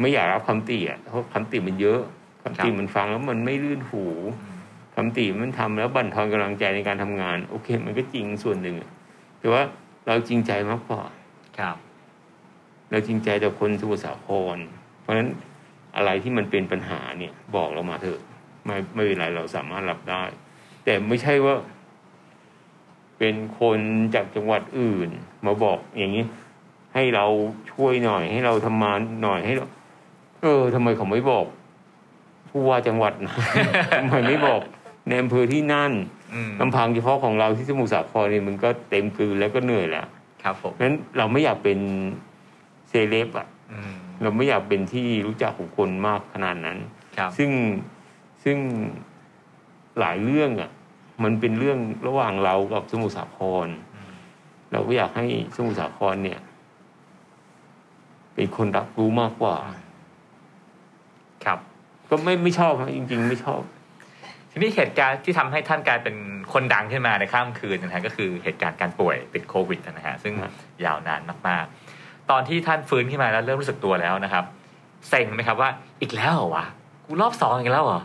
[SPEAKER 5] ไม่อยากรับคำติอ่ะเพราะคำติมันเยอะคำติมันฟังแล้วมันไม่ลื่นหู
[SPEAKER 4] อืม
[SPEAKER 5] คำติมันทำแล้วบั่นทอนกำลังใจในการทำงาน โอเค มันก็จริงส่วนหนึ่งอะแต่ว่าเราจริงใจมากกว่า
[SPEAKER 4] ครับ
[SPEAKER 5] เราจริงใจต่อคนสมุทรสาคร เพราะฉะนั้นอะไรที่มันเป็นปัญหาเนี่ย บอกเรามาเถอะไม่ไม่เป็นไรเราสามารถรับได้ แต่ไม่ใช่ว่า เป็นคนจากจังหวัดอื่น มาบอกอย่างนี้ ให้เราช่วยหน่อย ให้เราทำมาหน่อยให้เราเออทำไมเขาไม่บอก ผู้ว่าจังหวัดนะ ทำไมไม่บอกในอำเภอที่นั่น
[SPEAKER 4] อืม
[SPEAKER 5] ลำพังเฉพาะของเราที่สมุทรสาครเนี่ยมันก็เต็มคืนแล้วก็เหนื่อยแล้ว
[SPEAKER 4] ครับผม
[SPEAKER 5] นั้นเราไม่อยากเป็นเซเลบอ่ะ
[SPEAKER 4] อืม
[SPEAKER 5] เราไม่อยากเป็นที่รู้จักของคนมากขนาดนั้น
[SPEAKER 4] ครับ
[SPEAKER 5] ซึ่งซึ่งหลายเรื่องอ่ะ มันเป็นเรื่องระหว่างเรากับสมุทรสาคร เราก็อยากให้สมุทรสาครเนี่ย เป็นคนรับรู้มากกว่า
[SPEAKER 4] ครับ
[SPEAKER 5] ก็ไม่ไม่ชอบฮะจริง ๆ ไม่ชอบ
[SPEAKER 4] ทีนี้เหตุการณ์ที่ทำให้ท่านกลายเป็นคนดังขึ้นมาในข้ามคืนนะฮะก็คือเหตุการณ์การป่วยติดโควิดนะฮะซึ่ง
[SPEAKER 5] ครับ
[SPEAKER 4] ยาวนานมากๆ ตอนที่ท่านฟื้นขึ้นมาแล้วเริ่มรู้สึกตัวแล้วนะครับเซ็งไหมครับว่าอีกแล้วเหรอวะกูรอบสองอีกแล้วเหรอ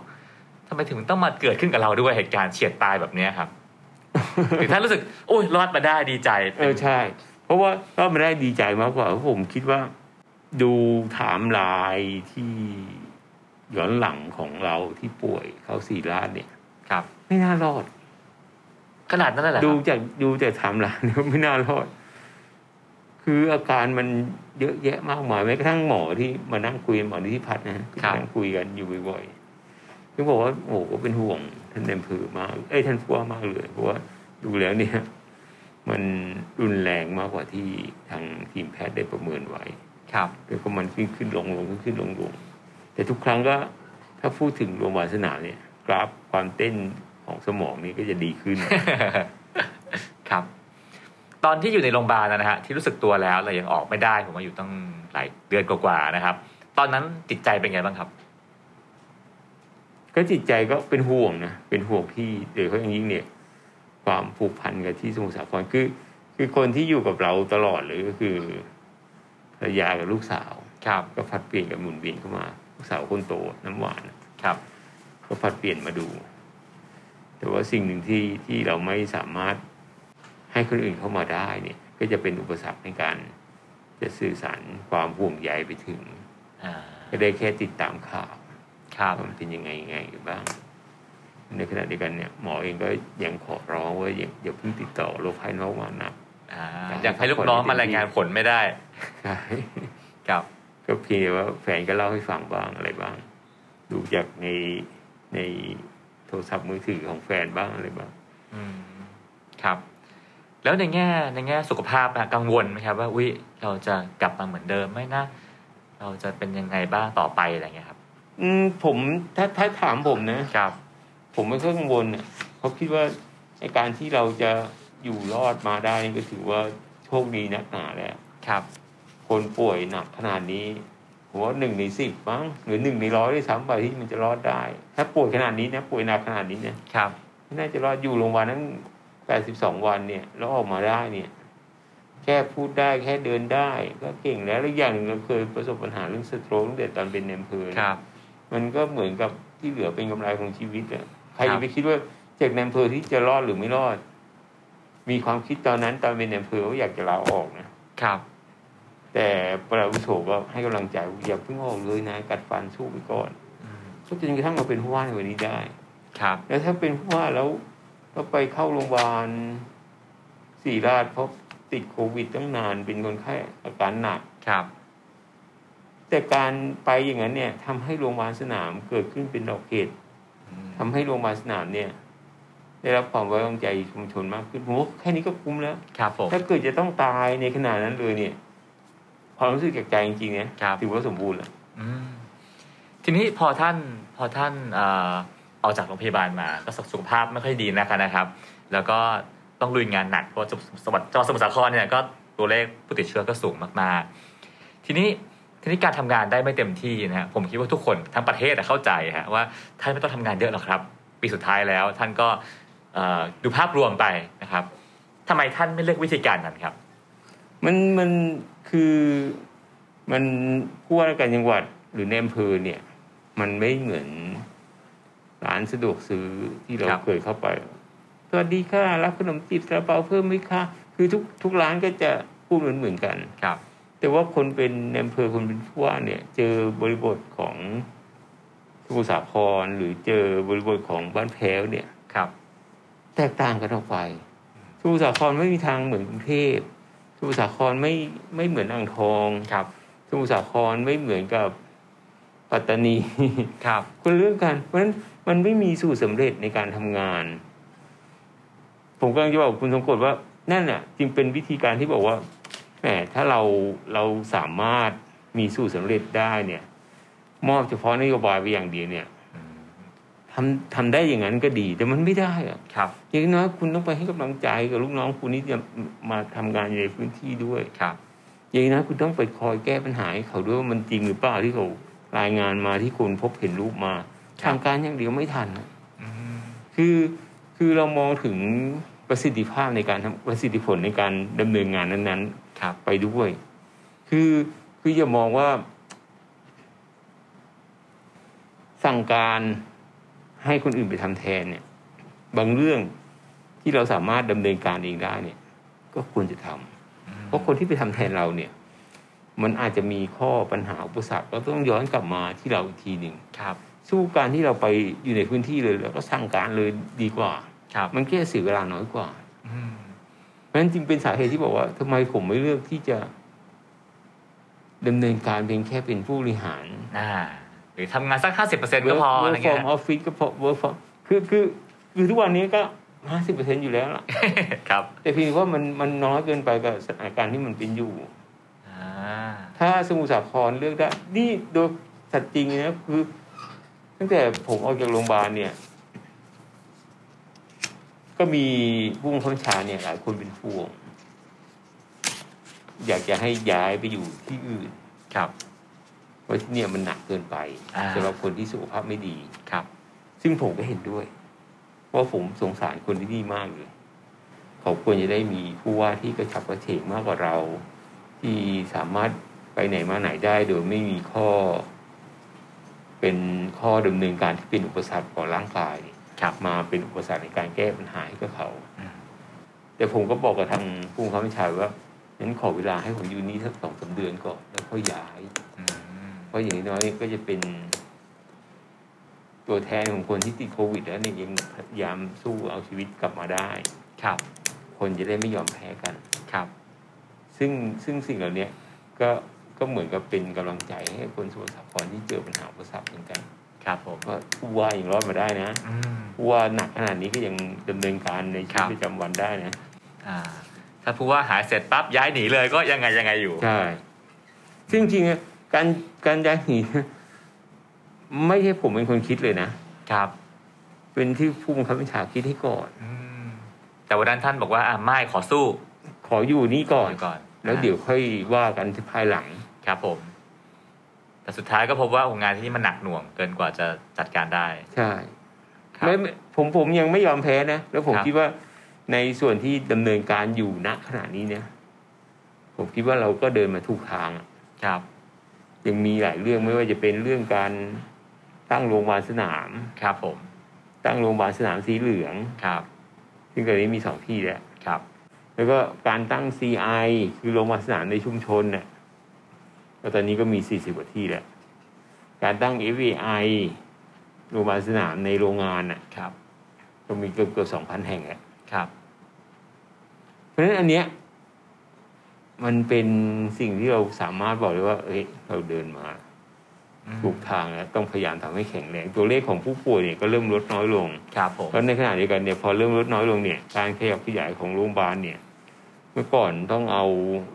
[SPEAKER 4] ทำไมถึงต้องมาเกิดขึ้นกับเราด้วยเหตุการณ์เฉียดตายแบบเนี้ย ครับ หรือท่านรู้สึกโอ้ยรอดมาได้ดีใจ
[SPEAKER 5] เออใช่ เพราะว่าก็ไม่ได้ดีใจมากกว่าเพราะผมคิดว่า ดูถามไลายที่ย้อนหลังของเราที่ป่วยเข้าสีราชเนี่ย
[SPEAKER 4] ครับ
[SPEAKER 5] ไม่น่ารอด
[SPEAKER 4] ขนาดนั้นเลยเหรอค
[SPEAKER 5] ดู
[SPEAKER 4] รับ
[SPEAKER 5] จากดูจากถามไลายเนี่ยไม่น่ารอด คืออาการมันเยอะแยะมากมายแม้กระทั่งหมอที่มานั่งคุยหมอนิธิพัฒน์นะฮะที่มานั่งคุยกันอยู่บ่อยๆก็บอกว่าโอ้โหเป็นห่วงท่านนายอำเภอมากเอ้ยท่านผู้ว่ามากเลยเพราะว่าดูแล้วเนี่ย มันรุนแรงมากกว่าที่ทางทีมแพทย์ได้ประเมินไว้
[SPEAKER 4] ครับ
[SPEAKER 5] แล้วก็มันขึ้นขึ้นลงลงขึ้นขึ้นลงลงแต่ทุกครั้งก็ถ้าพูดถึงโรงพยาบาลสนามเนี่ย กราฟความเต้นของสมองนี่ก็จะดีขึ้น
[SPEAKER 4] ครับ ตอนที่อยู่ในโรงพยาบาลนะฮะที่รู้สึกตัวแล้วเรายังออกไม่ได้ ผมว่าอยู่ตั้งหลายเดือนกว่าๆนะครับ ตอนนั้นจิตใจเป็นไงบ้างครับ
[SPEAKER 5] ก็จิตใจก็เป็นห่วงนะ เป็นห่วงพี่โดยเฉพาะอย่างยิ่งเนี่ย ความผูกพันกับที่สมุทรสาครคือ คือคนที่อยู่กับเราตลอดเลยก็คือภรรยากับลูกสาว
[SPEAKER 4] ครับ
[SPEAKER 5] ก็ผลัดเปลี่ยนกับหมุนเวียนเข้ามาลูกสาวคนโตน้ำหวาน
[SPEAKER 4] ครับ
[SPEAKER 5] ก็ผลัดเปลี่ยนมาดู แต่ว่าสิ่งหนึ่งที่ที่เราไม่สามารถให้คนอื่นเข้ามาได้เนี่ย ก็จะเป็นอุปสรรคในการจะสื่อสารความห่วงใยไปถึง
[SPEAKER 4] อ่า
[SPEAKER 5] ก็ได้แค่ติดตามข่าว
[SPEAKER 4] ครับ
[SPEAKER 5] ว่ามันเป็นยังไงยังไงอยู่บ้าง ในขณะเดียวกันเนี่ยหมอเองก็ยังขอร้องว่าอย่าอย่าเพิ่งติดต่อโรคภัยนอกมานะ
[SPEAKER 4] อ่า
[SPEAKER 5] อยาก
[SPEAKER 4] อยาก
[SPEAKER 5] ให้
[SPEAKER 4] ให้ลูกน้องมารายงานผลไม่ได้
[SPEAKER 5] ใช่
[SPEAKER 4] ครับ
[SPEAKER 5] ก็เพียงแต่ว่าแฟนก็เล่าให้ฟังบ้างอะไรบ้าง ดูจากในในโทรศัพท์มือถือของแฟนบ้างอะไรบ้าง
[SPEAKER 4] อืม ครับ แล้วในแง่ในแง่สุขภาพนะกังวลไหมครับ ว่า อุ้ยเราจะกลับมาเหมือนเดิมไหมนะ เราจะเป็นยังไงบ้างต่อไปอะไรเงี้ยครับ
[SPEAKER 5] อืมผมถ้าถ้าถามผมนะ
[SPEAKER 4] ครับ
[SPEAKER 5] ผมไม่ค่อยกังวลน่ะเพราะคิดว่าไอการที่เราจะ อยู่รอดมาได้นี่ก็ถือว่าโชคดีนักหนาแล้ว
[SPEAKER 4] ครับ
[SPEAKER 5] คนป่วยหนักขนาดนี้ผมว่าหนึ่งในสิบมั้งหรือหนึ่งในร้อยด้วยซ้ำไปที่มันจะรอดได้ ถ้าป่วยขนาดนี้นะป่วยหนักขนาดนี้เนี่ย
[SPEAKER 4] ครับ
[SPEAKER 5] ไม่น่าจะรอดอยู่โรงพยาบาลทั้งแปดสิบสองวันเนี่ยแล้วออกมาได้เนี่ย แค่พูดได้แค่เดินได้ ก็เก่งแล้ว แล้วอย่างหนึ่งเราเคยประสบปัญหาเรื่องสโตรกตั้งแต่ตอนเป็นในอำเภอ
[SPEAKER 4] ค
[SPEAKER 5] นะ
[SPEAKER 4] รับ
[SPEAKER 5] มันก็เหมือนกับที่เหลือเป็นกำไรของชีวิตอะใคร
[SPEAKER 4] ครั
[SPEAKER 5] จะ
[SPEAKER 4] บ
[SPEAKER 5] ไปคิดว่าจากในอำเภอที่จะรอดหรือไม่รอด มีความคิดตอนนั้นตอนเป็นในอำเภอว่าอยากจะลาออกนะครับ แต่ประอาวุโสก็ให้กำลังใจว่าอย่าเพิ่งออกเลยนะกัดฟันสู้ไปก่อนก็จนกระทั่งมาเป็นผู้ว่าในวันนี้ได้
[SPEAKER 4] ครับ
[SPEAKER 5] แล้วถ้าเป็นผู้ว่าแล้วก็ไปเข้าโรงพยาบาลศรีราชเพราะติดโควิดตั้งนานเป็นคนไข้อาการหนัก
[SPEAKER 4] ครับ
[SPEAKER 5] แต่การไปอย่างนั้นเนี่ยทำให้โรงพยาบาลสนามเกิดขึ้นเป็นดอกเกต ทำให้โรงพยาบาลสนามเนี่ย ได้รับความไว้วางใจชุมชนมากขึ้นผมว่าแค่นี้ก็คุ้มแล้ว
[SPEAKER 4] ครับผม
[SPEAKER 5] ถ้าเกิดจะต้องตายในขนาดนั้นเลยเนี่ยความรู้สึกจากใจจริงๆนะครับ ถือว่าสมบูรณ์แล้ว
[SPEAKER 4] อืมทีนี้พอท่านพอท่านเอ่อออกจากโรงพยาบาลมาก็สุขภาพไม่ค่อยดีนะคะนะครับ แล้วก็ต้องลุยงานหนักเพราะจังหวัดจังหวัดสมุทรสาครเนี่ยก็ตัวเลขผู้ติดเชื้อก็สูงมากๆ ทีนี้ทีนี้การทำงานได้ไม่เต็มที่นะฮะผมคิดว่าทุกคนทั้งประเทศอะเข้าใจฮะว่าท่านไม่ต้องทำงานเยอะหรอกครับ ปีสุดท้ายแล้วท่านก็เอ่อดูภาพรวมไปนะครับทำไมท่านไม่เลือกวิธีการนั้นครับ
[SPEAKER 5] มันมันคือมันผู้ว่าราชการจังหวัดหรือในอำเภอเนี่ย มันไม่เหมือนร้านสะดวกซื้อที่เรา
[SPEAKER 4] ครับ
[SPEAKER 5] เคยเข้าไปสวัสดีค่ะรับขนมจีบซาลาเปาเพิ่มไหมคะคือทุกทุกร้านก็จะพูดเหมือนเหมือนกัน
[SPEAKER 4] ครับ
[SPEAKER 5] แต่ว่าคนเป็นในอำเภอคนเป็นผู้ว่าเนี่ย เจอบริบทของสมุทรสาครหรือเจอบริบทของบ้านแพ้วเนี่ย
[SPEAKER 4] ครับ
[SPEAKER 5] แตกต่างกันออกไปสมุทรสาครไม่มีทางเหมือนกรุงเทพสมุทรสาครไม่ไม่เหมือนอ่างทอง
[SPEAKER 4] ครับ
[SPEAKER 5] สมุทรสาครไม่เหมือนกับปัตตานี
[SPEAKER 4] ครับ
[SPEAKER 5] คนละเรื่องกัน เพราะฉะนั้นมันไม่มีสูตรสำเร็จในการทำงาน ผมกำลังจะบอกคุณสมกฎว่านั่นน่ะ จึงเป็นวิธีการที่บอกว่าแหมถ้าเราเราสามารถมีสูตรสำเร็จได้เนี่ย มอบเฉพาะนโยบายไปอย่างเดียวเนี่ย
[SPEAKER 4] อืม
[SPEAKER 5] ทำทำได้อย่างนั้นก็ดี แต่มันไม่ได้อะ
[SPEAKER 4] ครับ
[SPEAKER 5] อย่างน้อยคุณต้องไปให้กำลังใจกับลูกน้องคุณนี่จะมาทำงานอยู่ในพื้นที่ด้วย
[SPEAKER 4] ครับ
[SPEAKER 5] อย่างน้อยคุณต้องไปคอยแก้ปัญหาให้เขาด้วยว่ามันจริงหรือเปล่าที่เขารายงานมาที่คุณพบเห็นรูปมาทางการอย่างเดียวไม่ทันอะ
[SPEAKER 4] อืม
[SPEAKER 5] คือคือเรามองถึงประสิทธิภาพในการทำประสิทธิผลในการดำเนินงานนั้นๆ
[SPEAKER 4] ครับ
[SPEAKER 5] ไปด้วย คือคืออย่ามองว่า สั่งการให้คนอื่นไปทำแทนเนี่ย บางเรื่องที่เราสามารถดำเนินการเองได้เนี่ย ก็ควรจะทำเพราะคนที่ไปทำแทนเราเนี่ย มันอาจจะมีข้อปัญหาอุปสรรคเราต้องย้อนกลับมาที่เราอีกทีหนึ่ง
[SPEAKER 4] ครับ
[SPEAKER 5] สู้การที่เราไปอยู่ในพื้นที่เลยแล้วก็สั่งการเลยดีกว่า
[SPEAKER 4] ครับ
[SPEAKER 5] มันแค่เสียเวลาน้อยกว่า
[SPEAKER 4] อืม
[SPEAKER 5] เพราะฉะนั้นจึงเป็นสาเหตุที่บอกว่าทำไมผมไม่เลือกที่จะดำเนินการเพียงแค่เป็นผู้บริหาร
[SPEAKER 4] อ่าหรือทำงานสักห้าสิบเปอร์เซ็นต์ก็พออะไร
[SPEAKER 5] ฟอ
[SPEAKER 4] เงี้ย
[SPEAKER 5] ร์มออฟฟิศก็พอเวิร์กฟอร์มคือคือคือทุกวันนี้ก็ห้าสิบเปอร์เซ็นอยู่แล้วล่ะ
[SPEAKER 4] ครับ
[SPEAKER 5] แต่เพียงว่ามันมันน้อยเกินไปกับสถานการณ์ที่มันเป็นอยู่
[SPEAKER 4] อ่า
[SPEAKER 5] ถ้าสมุทรสาครเลือกได้ นี่โดยสัตว์จริงนะคือ ตั้งแต่ผมออกจากโรงพยาบาลเนี่ย ก็มีผู้บังคับบัญชาเนี่ยหลายคนเป็นห่วง อยากจะให้ย้ายไปอยู่ที่อื่น
[SPEAKER 4] ครับ
[SPEAKER 5] เพราะที่เนี่ยมันหนักเกินไป
[SPEAKER 4] อ่า
[SPEAKER 5] สำหรับคนที่สุขภาพไม่ดี
[SPEAKER 4] ครับ
[SPEAKER 5] ซึ่งผมก็เห็นด้วยว่าผมสงสารคนที่นี่มากเลยเขาควรจะได้มีผู้ว่าที่กระฉับกระเฉงมากกว่าเรา ที่สามารถไปไหนมาไหนได้ โดยไม่มีข้อ เป็นข้อดำเนินการที่เป็นอุปสรรคต่อร่างกาย
[SPEAKER 4] ครับ
[SPEAKER 5] มาเป็นอุปสรรคในการแก้ปัญหาให้กับเขา
[SPEAKER 4] อืม
[SPEAKER 5] แต่ผมก็บอกกับทางผู้บังคับบัญชาว่างั้นขอเวลาให้ผมอยู่นี่สักสองสามเดือนก่อนแล้วค่อยย้าย
[SPEAKER 4] อืม
[SPEAKER 5] เพราะอย่างน้อยก็จะเป็น ตัวแทนของคนที่ติดโควิด แล้วเนี่ยยังพยายามสู้เอาชีวิตกลับมาได้
[SPEAKER 4] ครับ
[SPEAKER 5] คนจะได้ไม่ยอมแพ้กัน
[SPEAKER 4] ครับ
[SPEAKER 5] ซึ่งซึ่งสิ่งเหล่าเนี้ยก็ก็เหมือนกับเป็นกำลังใจให้คนสมุทรสาครที่เจอปัญหาอุปสรรคเหมือนกัน
[SPEAKER 4] ครับผม
[SPEAKER 5] ว่าผู้ว่ายังรอดมาได้นะ
[SPEAKER 4] อืม
[SPEAKER 5] ผู้ว่าหนักขนาดนี้ก็ยังดำเนินการในชี
[SPEAKER 4] ครับ
[SPEAKER 5] วิตประจำวันได้นะ
[SPEAKER 4] อ่า ถ้าผู้ว่าหายเสร็จปั๊บย้ายหนีเลยก็ยังไงยังไงอยู่
[SPEAKER 5] ใช่ซึ่งจริงๆอะการการย้ายหนี ไม่ใช่ผมเป็นคนคิดเลยนะ
[SPEAKER 4] ครับ
[SPEAKER 5] เป็นที่ผู้บังคับบัญชาคิดให้ก่อน
[SPEAKER 4] อืม แต่วันนั้นท่านบอกว่าอ่ะไม่ขอสู้
[SPEAKER 5] ขออยู่นี่ก่อน
[SPEAKER 4] อยู่ก่อน
[SPEAKER 5] แล้วเดี๋ยวค่อยว่ากันที่ภายหลัง
[SPEAKER 4] ครับผม แต่สุดท้ายก็พบว่าโอ้งานที่นี่มันหนักหน่วงเกินกว่าจะจัดการได้
[SPEAKER 5] ใช่
[SPEAKER 4] ครับ
[SPEAKER 5] ไม่ไม่ผมผมยังไม่ยอมแพ้นะ แล้วผม
[SPEAKER 4] ครับ
[SPEAKER 5] คิดว่าในส่วนที่ดำเนินการอยู่ณขณะนี้เนี่ย ผมคิดว่าเราก็เดินมาถูกทางอะ
[SPEAKER 4] ครับ
[SPEAKER 5] ยังมีหลายเรื่องไม่ว่าจะเป็นเรื่องการตั้งโรงพยาบาลสนาม
[SPEAKER 4] ครับผม
[SPEAKER 5] ตั้งโรงพยาบาลสนามสีเหลือง
[SPEAKER 4] ครับ
[SPEAKER 5] ซึ่งตอนนี้มีสองที่แล้ว
[SPEAKER 4] ครับ
[SPEAKER 5] แล้วก็การตั้ง CI คือโรงพยาบาลสนามในชุมชนเนี่ยก็ตอนนี้ก็มี 40 กว่าที่แล้ว การตั้ง FAI โรงพยาบาลสนามในโรงงานน่ะ
[SPEAKER 4] ครับ
[SPEAKER 5] ก็มีเกือบเกือบ2,000 แห่งแล้ว
[SPEAKER 4] ครับ
[SPEAKER 5] เพราะฉะนั้นอันเนี้ยมันเป็นสิ่งที่เราสามารถบอกได้ว่า เอ้ย เราเดินมา
[SPEAKER 4] อืม
[SPEAKER 5] ถูกทางแล้วต้องพยายามทำให้แข็งแรง ตัวเลขของผู้ป่วยเนี่ยก็เริ่มลดน้อยลง
[SPEAKER 4] ครับผม
[SPEAKER 5] แล้วในขณะเดียวกันเนี่ยพอเริ่มลดน้อยลงเนี่ยการขยับขยายของโรงพยาบาลเนี่ย เมื่อก่อนต้องเอา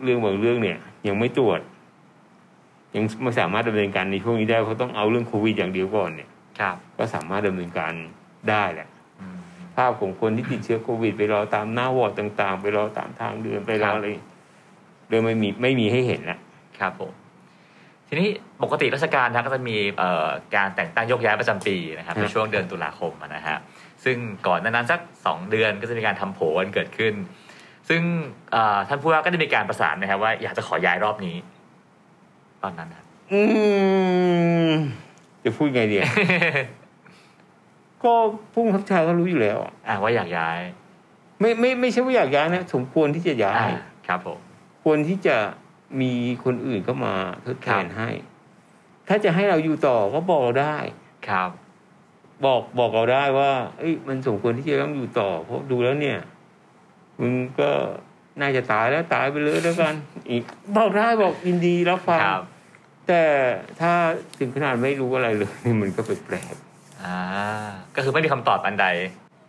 [SPEAKER 5] เรื่องบางเรื่องเนี่ย ยังไม่ตรวจ ยังไม่สามารถดำเนินการในช่วงนี้ได้เพราะต้องเอาเรื่องโควิดอย่างเดียวก่อนเนี่ย
[SPEAKER 4] ครับ
[SPEAKER 5] ก็สามารถดำเนินการได้แหละ
[SPEAKER 4] อืม
[SPEAKER 5] ภาพของคนที่ติดเชื้อโควิด ไปรอตามหน้าวอร์ดต่าง ๆ ไปรอตามทางเดินไปร
[SPEAKER 4] ค
[SPEAKER 5] อ
[SPEAKER 4] รับ
[SPEAKER 5] อะไรเดินไม่มีไม่มีให้เห็นละ
[SPEAKER 4] ครับผม ทีนี้ปกติราชการนะครับก็จะมีเอ่อการแต่งตั้งโยกย้ายประจำปีนะครับในช่วงเดือนตุลาคมอะนะฮะซึ่งก่อนหนานั้นสัก 2 เดือนก็จะมีการทำโผล่กันเกิดขึ้น ซึ่งเอ่อท่านผู้ว่าก็ได้มีการประสานนะครับว่าอยากจะขอย้ายรอบนี้ ตอนนั้นครับ
[SPEAKER 5] อืมจะพูดไงเดีย ก็พุ่งทับชาก็รู้อยู่แล้ว
[SPEAKER 4] อ่าว่าอยากย้าย
[SPEAKER 5] ไม่ไม่ไม่ใช่ว่าอยากย้ายนะสมควรที่จะย้า
[SPEAKER 4] อ่าย ครับผม
[SPEAKER 5] ควรที่จะมีคนอื่นเข้ามาทดแทน
[SPEAKER 4] ครับ
[SPEAKER 5] ให้ ถ้าจะให้เราอยู่ต่อก็บอกเราได้
[SPEAKER 4] ครับ
[SPEAKER 5] บอกบอกเราได้ว่า เอ้ย มันสมควรที่จะต้องอยู่ต่อ เพราะดูแล้วเนี่ย มึงก็น่าจะตายแล้วตายไปเลยแล้วกัน อีก บอกได้บอกยินดีรับฟัง
[SPEAKER 4] ครับ
[SPEAKER 5] แต่ถ้าถึงขนาดไม่รู้อะไรเลยนี่มันก็แปลก
[SPEAKER 4] อ่าก็คือไม่มีคำตอบอันใด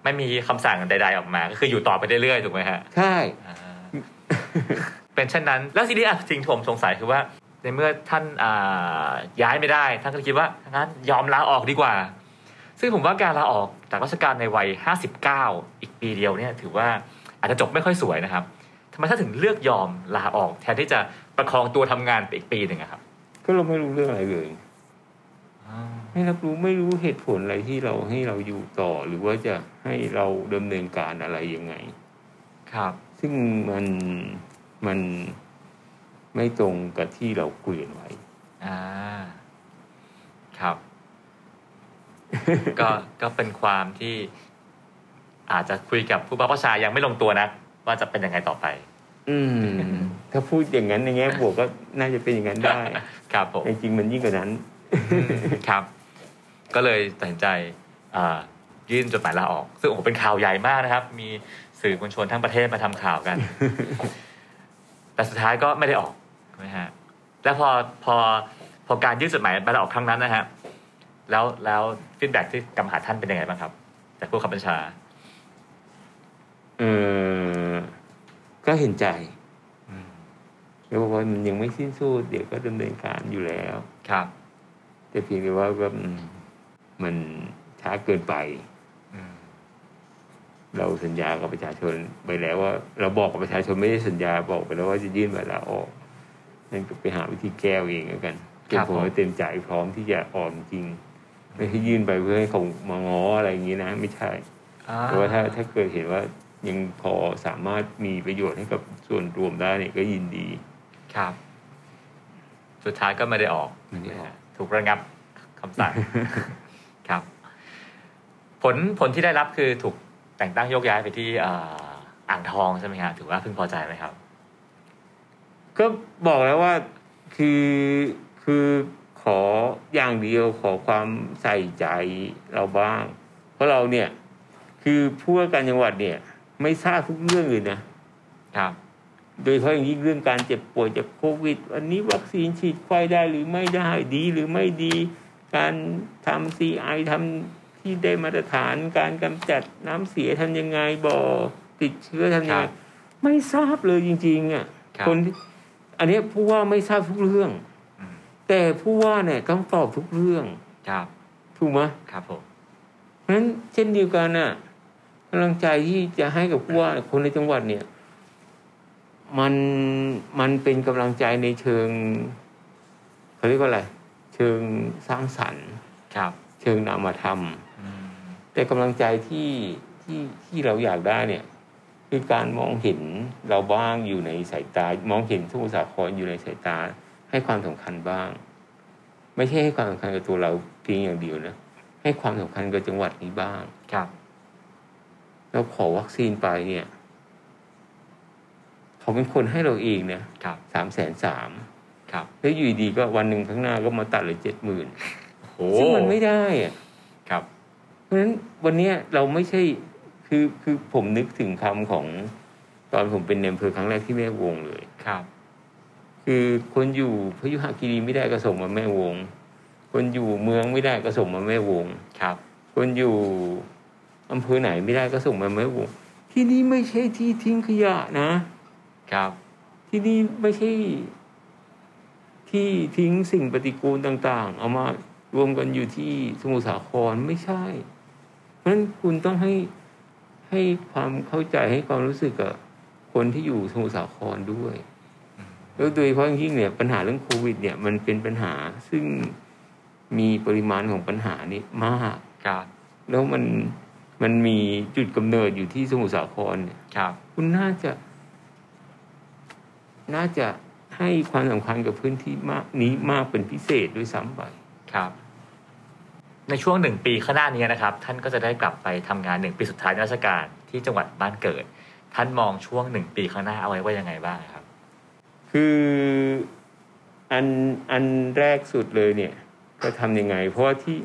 [SPEAKER 4] ไม่มีคำสั่งใด ๆออกมา ก็คืออยู่ต่อไปเรื่อยๆถูกไหมฮะ
[SPEAKER 5] ๆใช่
[SPEAKER 4] อ่าเป็นเช่นนั้น แล้วทีนี้อ่ะสิ่งที่ผมสงสัยคือว่า ในเมื่อท่านอ่าย้ายไม่ได้ ท่านก็คิดว่างั้นยอมลาออกดีกว่า ซึ่งผมว่าการลาออกจากราชการในวัย 59 อีกปีเดียวเนี่ยถือว่าอาจจะจบไม่ค่อยสวยนะครับทำไมท่านถึงเลือกยอมลาออก แทนที่จะประคองตัวทำงานไปอีกปีหนึ่งอะครับ
[SPEAKER 5] ก็เราไม่รู้เรื่องอะไรเลย ไม่รับรู้ไม่รู้เหตุผลอะไรที่เราให้เราอยู่ต่อ หรือว่าจะให้เราดำเนินการอะไรยังไง
[SPEAKER 4] ครับ
[SPEAKER 5] ซึ่งมันมันไม่ตรงกับที่เราคุยกันไว้
[SPEAKER 4] อ่า ครับ ก็ก็เป็นความที่อาจจะคุยกับผู้บังคับบัญชายังไม่ลงตัวนะว่าจะเป็นยังไงต่อไป
[SPEAKER 5] อืม ถ้าพูดอย่างนั้นในแง่บวกก็น่าจะเป็นอย่างนั้นได้
[SPEAKER 4] ครับผม
[SPEAKER 5] ในจริงมันยิ่งกว่านั้น
[SPEAKER 4] ครับ ก็เลยตัดสินใจอ่ายื่นจดหมายลาออก ซึ่งโอ้โหเป็นข่าวใหญ่มากนะครับ มีสื่อมวลชนทั้งประเทศมาทำข่าวกัน แต่สุดท้ายก็ไม่ได้ออกนะฮะ แล้วพอพอพอการยื่นจดหมายลาออกครั้งนั้นนะฮะ แล้วแล้วฟีดแบ็ที่กลับมาหาท่านเป็นยังไงบ้างครับจากผู้ขับบัญชา
[SPEAKER 5] เออก็เห็นใจ
[SPEAKER 4] อืม
[SPEAKER 5] แล้วบอกว่ามันยังไม่สิ้นสุดเดี๋ยวก็ดำเนินการอยู่แล้ว
[SPEAKER 4] ครับ
[SPEAKER 5] แต่เพียงแต่ว่าแบบอืมมันช้าเกินไป
[SPEAKER 4] อืม
[SPEAKER 5] เราสัญญากับประชาชนไปแล้วว่า เราบอกกับประชาชนไม่ได้สัญญาบอกไปแล้วว่าจะยื่นใบลาออกนั่นก็ไปหาวิธีแก้เองแล้วกันจนผมว่าเต็มใจพร้อมที่จะออมจริง ไม่ให้ยื่นไปเพื่อให้เขามาง้ออะไรอย่างนี้นะ ไม่ใช่
[SPEAKER 4] อ่
[SPEAKER 5] แต่ว่าถ้าถ้าเกิดเห็นว่ายังพอสามารถมีประโยชน์ให้กับส่วนรวมได้เนี่ยก็ยินดี
[SPEAKER 4] ครับ สุดท้ายก็ไม่ได้ออก
[SPEAKER 5] ไม่ได้ออก
[SPEAKER 4] ถูกระงับคำสั่ ง ครับ ผลผลที่ได้รับคือถูกแต่งตั้งโยกย้ายไปที่เอ่ออ่างทองใช่ไหมครับถือว่าพึงพอใจไหมครับ
[SPEAKER 5] ก็บอกแล้วว่าคือคือขออย่างเดียวขอความใส่ใจเราบ้าง เพราะเราเนี่ย คือผู้ว่าการจังหวัดเนี่ย ไม่ทราบทุกเรื่องเลยนะครับ โดยเฉพาะอย่างยิ่งเรื่องการเจ็บป่วยจากโควิดวันนี้วัคซีนฉีดไข้ได้หรือไม่ได้ดีหรือไม่ดี การทำ CI ทำที่ได้มาตรฐานการกำจัดน้ำเสียทำยังไงบ่อติดเชื้อ
[SPEAKER 4] ค
[SPEAKER 5] ทำยังไง
[SPEAKER 4] รับ
[SPEAKER 5] ไม่ทราบเลยจริงๆอ่ะ
[SPEAKER 4] ครับ
[SPEAKER 5] คนที่อันเนี้ยผู้ว่าไม่ทราบทุกเรื่อง
[SPEAKER 4] อืม
[SPEAKER 5] แต่ผู้ว่าเนี่ยต้องตอบทุกเรื่อง
[SPEAKER 4] ครับ
[SPEAKER 5] ถูกไหม
[SPEAKER 4] ครับผม
[SPEAKER 5] เพราะฉะนั้นเช่นเดียวกันน่ะ กำลังใจที่จะให้กับผู้ว่าคนในจังหวัดเนี่ย มันมันเป็นกำลังใจในเชิงเขาเรียกว่าอะไร เชิงสร้างสรรค์
[SPEAKER 4] ครับ
[SPEAKER 5] เชิงนามธรรม
[SPEAKER 4] อืม
[SPEAKER 5] แต่กำลังใจที่ที่ที่เราอยากได้เนี่ย คือการมองเห็นเราบ้างอยู่ในสายตา มองเห็นสมุทรสาครอยู่ในสายตา ให้ความสำคัญบ้าง ไม่ใช่ให้ความสำคัญกับตัวเราเพียงอย่างเดียวนะให้ความสำคัญกับจังหวัดนี้บ้าง
[SPEAKER 4] ครับ
[SPEAKER 5] เราขอวัคซีนไปเนี่ยเขาเป็นคนให้เราเองนะครับ สามแสนสาม
[SPEAKER 4] ครับ
[SPEAKER 5] แล้วอยู่ดีๆก็วันหนึ่งข้างหน้าก็มาตัดเหลยเจ็ดหมื่น
[SPEAKER 4] โอ้
[SPEAKER 5] ซึ่งมันไม่ได้อะ
[SPEAKER 4] ครับ
[SPEAKER 5] เพราะฉะนั้นวันเนี้ยเราไม่ใช่คือคือผมนึกถึงคำของ ตอนผมเป็นในอำเภอครั้งแรกที่แม่วงเลย
[SPEAKER 4] ครับ
[SPEAKER 5] คือคนอยู่พยุหคีรีไม่ได้ก็ส่งมาแม่วง คนอยู่เมืองไม่ได้ก็ส่งมาแม่วง
[SPEAKER 4] ครับ
[SPEAKER 5] คนอยู่อำเภอไหนไม่ได้ก็ส่งมาแม่วง ที่นี่ไม่ใช่ที่ทิ้งขยะนะ
[SPEAKER 4] ครับ
[SPEAKER 5] ที่นี่ไม่ใช่ ที่ทิ้งสิ่งปฏิกูลต่าง ๆ เอามารวมกันอยู่ที่สมุทรสาครไม่ใช่ เพราะฉะนั้นคุณต้องให้ให้ความเข้าใจให้ความรู้สึกกับคนที่อยู่สมุทรสาครด้วยแล้วโดยเฉพาะอย่างยิ่งเนี่ยปัญหาเรื่องโควิด เนี่ย มันเป็นปัญหาซึ่งมีปริมาณของปัญหานี้มาก
[SPEAKER 4] ครับ
[SPEAKER 5] แล้วมันมันมีจุดกำเนิดอยู่ที่สมุทรสาครเนี่ย
[SPEAKER 4] ครับ
[SPEAKER 5] คุณน่าจะ น่าจะให้ความสำคัญกับพื้นที่มากนี้มากเป็นพิเศษด้วยซ้ำไป
[SPEAKER 4] ครับ ในช่วงหนึ่งปีข้างหน้านี้นะครับ ท่านก็จะได้กลับไปทำงานหนึ่งปีสุดท้ายในราชการที่จังหวัดบ้านเกิด ท่านมองช่วงหนึ่งปีข้างหน้าเอาไว้ว่ายังไงบ้างครับ
[SPEAKER 5] คืออันอันแรกสุดเลยเนี่ย ก็ทำยังไง เพราะว่าที่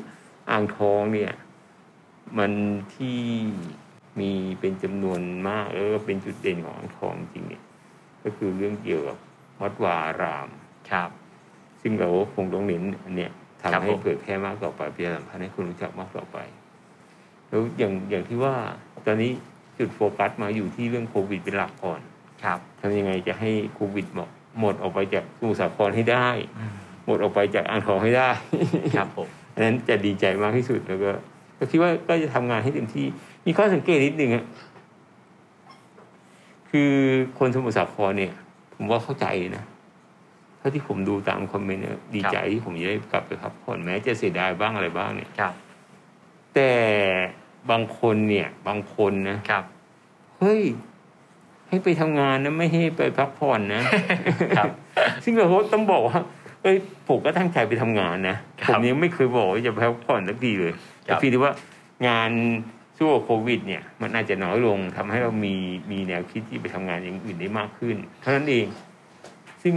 [SPEAKER 5] อ่างทองเนี่ย มันที่มีเป็นจำนวนมากแล้วก็เป็นจุดเด่นของอ่างทองจริงเนี่ย ก็คือเรื่องเกี่ยวกับวัดวาอาราม
[SPEAKER 4] ครับ
[SPEAKER 5] ซึ่งเราก็คงต้องเน้นอันเนี้ย
[SPEAKER 4] ครับ
[SPEAKER 5] ทำให้
[SPEAKER 4] ผม
[SPEAKER 5] เผยแพร่มากต่อไปประชาสัมพันธ์ให้คนรู้จักมากต่อไป แล้วอย่างอย่างที่ว่าตอนนี้จุดโฟกัสมาอยู่ที่เรื่องโควิดเป็นหลักก่อน
[SPEAKER 4] ครับ
[SPEAKER 5] ทำยังไงจะให้โควิดหมดหมดออกไปจากสมุทรสาครให้ได้
[SPEAKER 4] อืม
[SPEAKER 5] หมดออกไปจากอ่างทองให้ได้
[SPEAKER 4] ครับผม
[SPEAKER 5] อันนั้นจะดีใจมากที่สุดแล้วก็ก็คิดว่าก็จะทำงานให้เต็มที่ มีข้อสังเกตนิดนึงอะคือคนสมุทรสาครเนี่ย ผมว่าเข้าใจนะเท่าที่ผมดูตามคอมเมนต์เนี่ยดีใจที่ผมจะได้กลับไปพักผ่อนแม้จะเสียดายบ้างอะไรบ้างเนี่ย
[SPEAKER 4] ครับ
[SPEAKER 5] แต่บางคนเนี่ย บางคนนะครับ เฮ้ย ให้ไปทำงานนะไม่ให้ไปพักผ่อนนะครับ ซึ่งเราก็ต้องบอกว่าเอ้ยผมก็ตั้งใจไปทำงานนะ
[SPEAKER 4] ค
[SPEAKER 5] ผ
[SPEAKER 4] รับ
[SPEAKER 5] มยังไม่เคยบอกว่าจะไปพักผ่อนสักทีเลย
[SPEAKER 4] ครั
[SPEAKER 5] แต่
[SPEAKER 4] บ
[SPEAKER 5] เพียงแต่ว่างานช่วงโควิด เนี่ย มันอาจจะน้อยลงทำให้เรามีมีแนวคิดที่ไปทำงานอย่างอื่นได้มากขึ้นเท่านั้นเอง ซึ่ง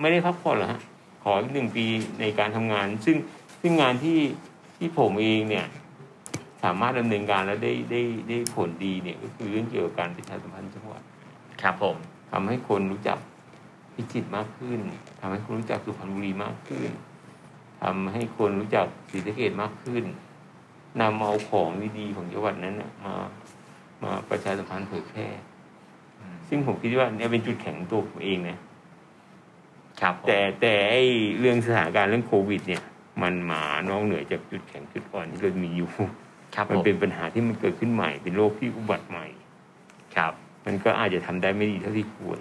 [SPEAKER 5] ไม่ได้พักผ่อนหรอกฮะขออีกหนึ่งปีในการทำงาน ซึ่งซึ่งงานที่ที่ผมเองเนี่ย สามารถดำเนินการแล้วได้ได้ได้ผลดีเนี่ย ก็คือเรื่องเกี่ยวกับการประชาสัมพันธ์จังหวัด
[SPEAKER 4] ครับผม
[SPEAKER 5] ทำให้คนรู้จักพิจิตรมากขึ้นทำให้คนรู้จักสุพรรณบุรีมากขึ้นทำให้คนรู้จักศรีสะเกดมากขึ้นนำเอาของดีๆของจังหวัดนั้นน่ะมามาประชาสัมพันธ์เผยแพร่
[SPEAKER 4] อืม
[SPEAKER 5] ซึ่งผมคิดว่าเนี่ยเป็นจุดแข็งของตัวผมเองนะ
[SPEAKER 4] ครับผม
[SPEAKER 5] แต่แต่ไอเรื่องสถานการณ์เรื่องโควิด เนี่ย มันมานอกเหนือจากจุดแข็งจุดอ่อนที่เรามีอยู่
[SPEAKER 4] ครับผ
[SPEAKER 5] มัน
[SPEAKER 4] ม
[SPEAKER 5] เป็นปัญหาที่มันเกิดขึ้นใหม่ เป็นโรคที่อุบัติใหม่
[SPEAKER 4] ครับ
[SPEAKER 5] มันก็อาจจะทำได้ไม่ดีเท่าที่ควร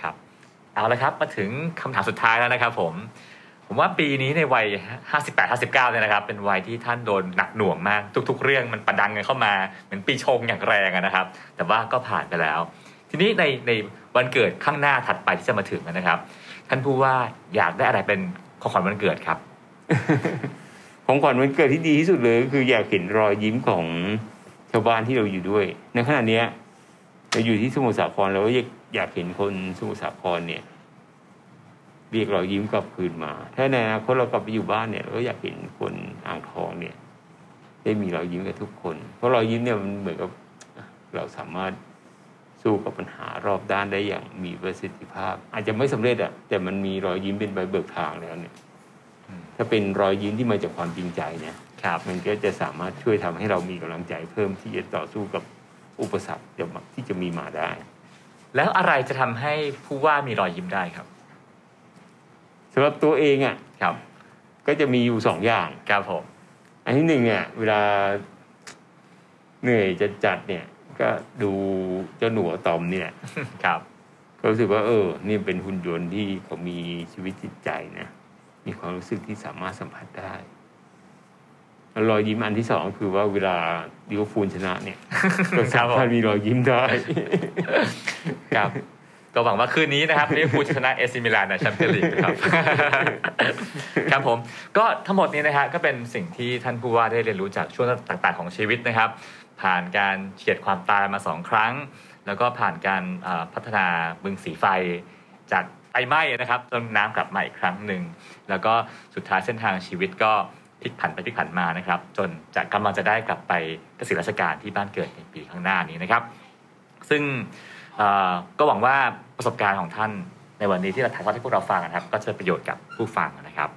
[SPEAKER 4] ครับเอาละครับมาถึงคำถามสุดท้ายแล้วนะครับผม ผมว่าปีนี้ในวัย 58 59เนี่ยนะครับ เป็นวัยที่ท่านโดนหนักหน่วงมาก ทุก ๆ เรื่องมันประดังกันเข้ามาเหมือนปีชงอย่างแรงอะนะครับ แต่ว่าก็ผ่านไปแล้ว ทีนี้ในในวันเกิดข้างหน้าถัดไปที่จะมาถึงนะครับ ท่านผู้ว่าอยากได้อะไรเป็นของขวัญวันเกิดครับ
[SPEAKER 5] ของขวัญวันเกิดที่ดีที่สุดเลยก็คืออยากเห็นรอยยิ้มของชาวบ้านที่เราอยู่ด้วย ในขณะเนี้ยเราอยู่ที่สมุทรสาครเราก็อยากอยากเห็นคนสมุทรสาครเนี่ย เรียกรอยยิ้มกลับคืนมา ถ้าในอนาคตเรากลับไปอยู่บ้านเนี่ยเราก็อยากเห็นคนอ่างทองเนี่ย ได้มีรอยยิ้มกับทุกคน เพราะรอยยิ้มเนี่ยมันเหมือนกับเราสามารถสู้กับปัญหารอบด้านได้อย่างมีประสิทธิภาพ อาจจะไม่สำเร็จอะแต่มันมีรอยยิ้มเป็นใบเบิกทางแล้วเนี่ย ถ้าเป็นรอยยิ้มที่มาจากความจริงใจเนี่ย
[SPEAKER 4] ครับ
[SPEAKER 5] มันก็จะสามารถช่วยทำให้เรามีกำลังใจเพิ่มที่จะต่อสู้กับอุปสรรคที่จะมีมาได้
[SPEAKER 4] แล้วอะไรจะทำให้ผู้ว่ามีรอยยิ้มได้ครับ
[SPEAKER 5] สำหรับตัวเองอ่ะ
[SPEAKER 4] ครับ
[SPEAKER 5] ก็จะมีอยู่สองอย่าง
[SPEAKER 4] ครับผม
[SPEAKER 5] อันที่หนึ่งเนี่ยเวลา เหนื่อยจะจัดเนี่ย ก็ดูเจ้าหนูอะตอมนี่แหละ
[SPEAKER 4] ครับ
[SPEAKER 5] ก็รู้สึกว่า เออ นี่เป็นหุ่นยนต์ที่เขามีชีวิตจิตใจนะ มีความรู้สึกที่สามารถสัมผัสได้แล้วรอยยิ้มอันที่สองคือว่าเวลาลิเวอร์พูลชนะ เนี่ย ก็สามารถมีรอยยิ้มได้
[SPEAKER 4] ครับ ก็หวังว่าคืนนี้นะครับลิเวอร์พูลจะชนะเอซิมิลานในแชมเปี้ยนลีกนะครับ ครับผมก็ทั้งหมดนี้นะฮะก็เป็นสิ่งที่ท่านผู้ว่าได้เรียนรู้จากช่วงต่างๆ ของชีวิตนะครับ ผ่านการเฉียดความตายมาสองครั้ง แล้วก็ผ่านการเอ่อพัฒนาบึงสีไฟ จากไฟไหม้นะครับจนน้ำกลับมาอีกครั้งหนึ่งแล้วก็สุดท้ายเส้นทางชีวิตก็พลิกผันไปพลิกผันมานะครับ จนจะกำลังจะได้กลับไปเกษียณราชการที่บ้านเกิดในปีข้างหน้านี้นะครับ ซึ่ง เอ่อก็หวังว่าประสบการณ์ของท่านในวันนี้ที่เราถ่ายทอดให้พวกเราฟังนะครับ ก็จะเป็นประโยชน์กับผู้ฟังนะครับ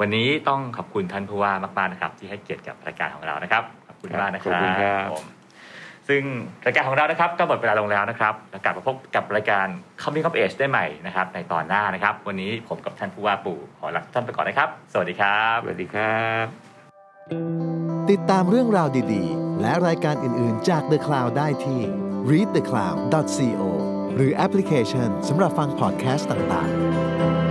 [SPEAKER 4] วันนี้ต้องขอบคุณท่านผู้ว่ามากๆนะครับ ที่ให้เกียรติกับรายการของเรานะครับขอบคุณมากนะครับ
[SPEAKER 5] ขอบคุณครับ
[SPEAKER 4] ผมซึ่งรายการของเรานะครับก็หมดเวลาลงแล้วนะครับแล้วกลับมาพบกับรายการ Coming of Age ได้ใหม่นะครับ ในตอนหน้านะครับ วันนี้ผมกับท่านผู้ว่าปู่ขอลาท่านไปก่อนนะครับ สวัสดีครับ
[SPEAKER 5] สวัสดีครับ
[SPEAKER 2] ติดตามเรื่องราวดีๆ และรายการอื่นๆจาก The Cloud ได้ที่ readthecloud.co หรือแอปพลิเคชันสำหรับฟังพอดแคสต์ต่างๆ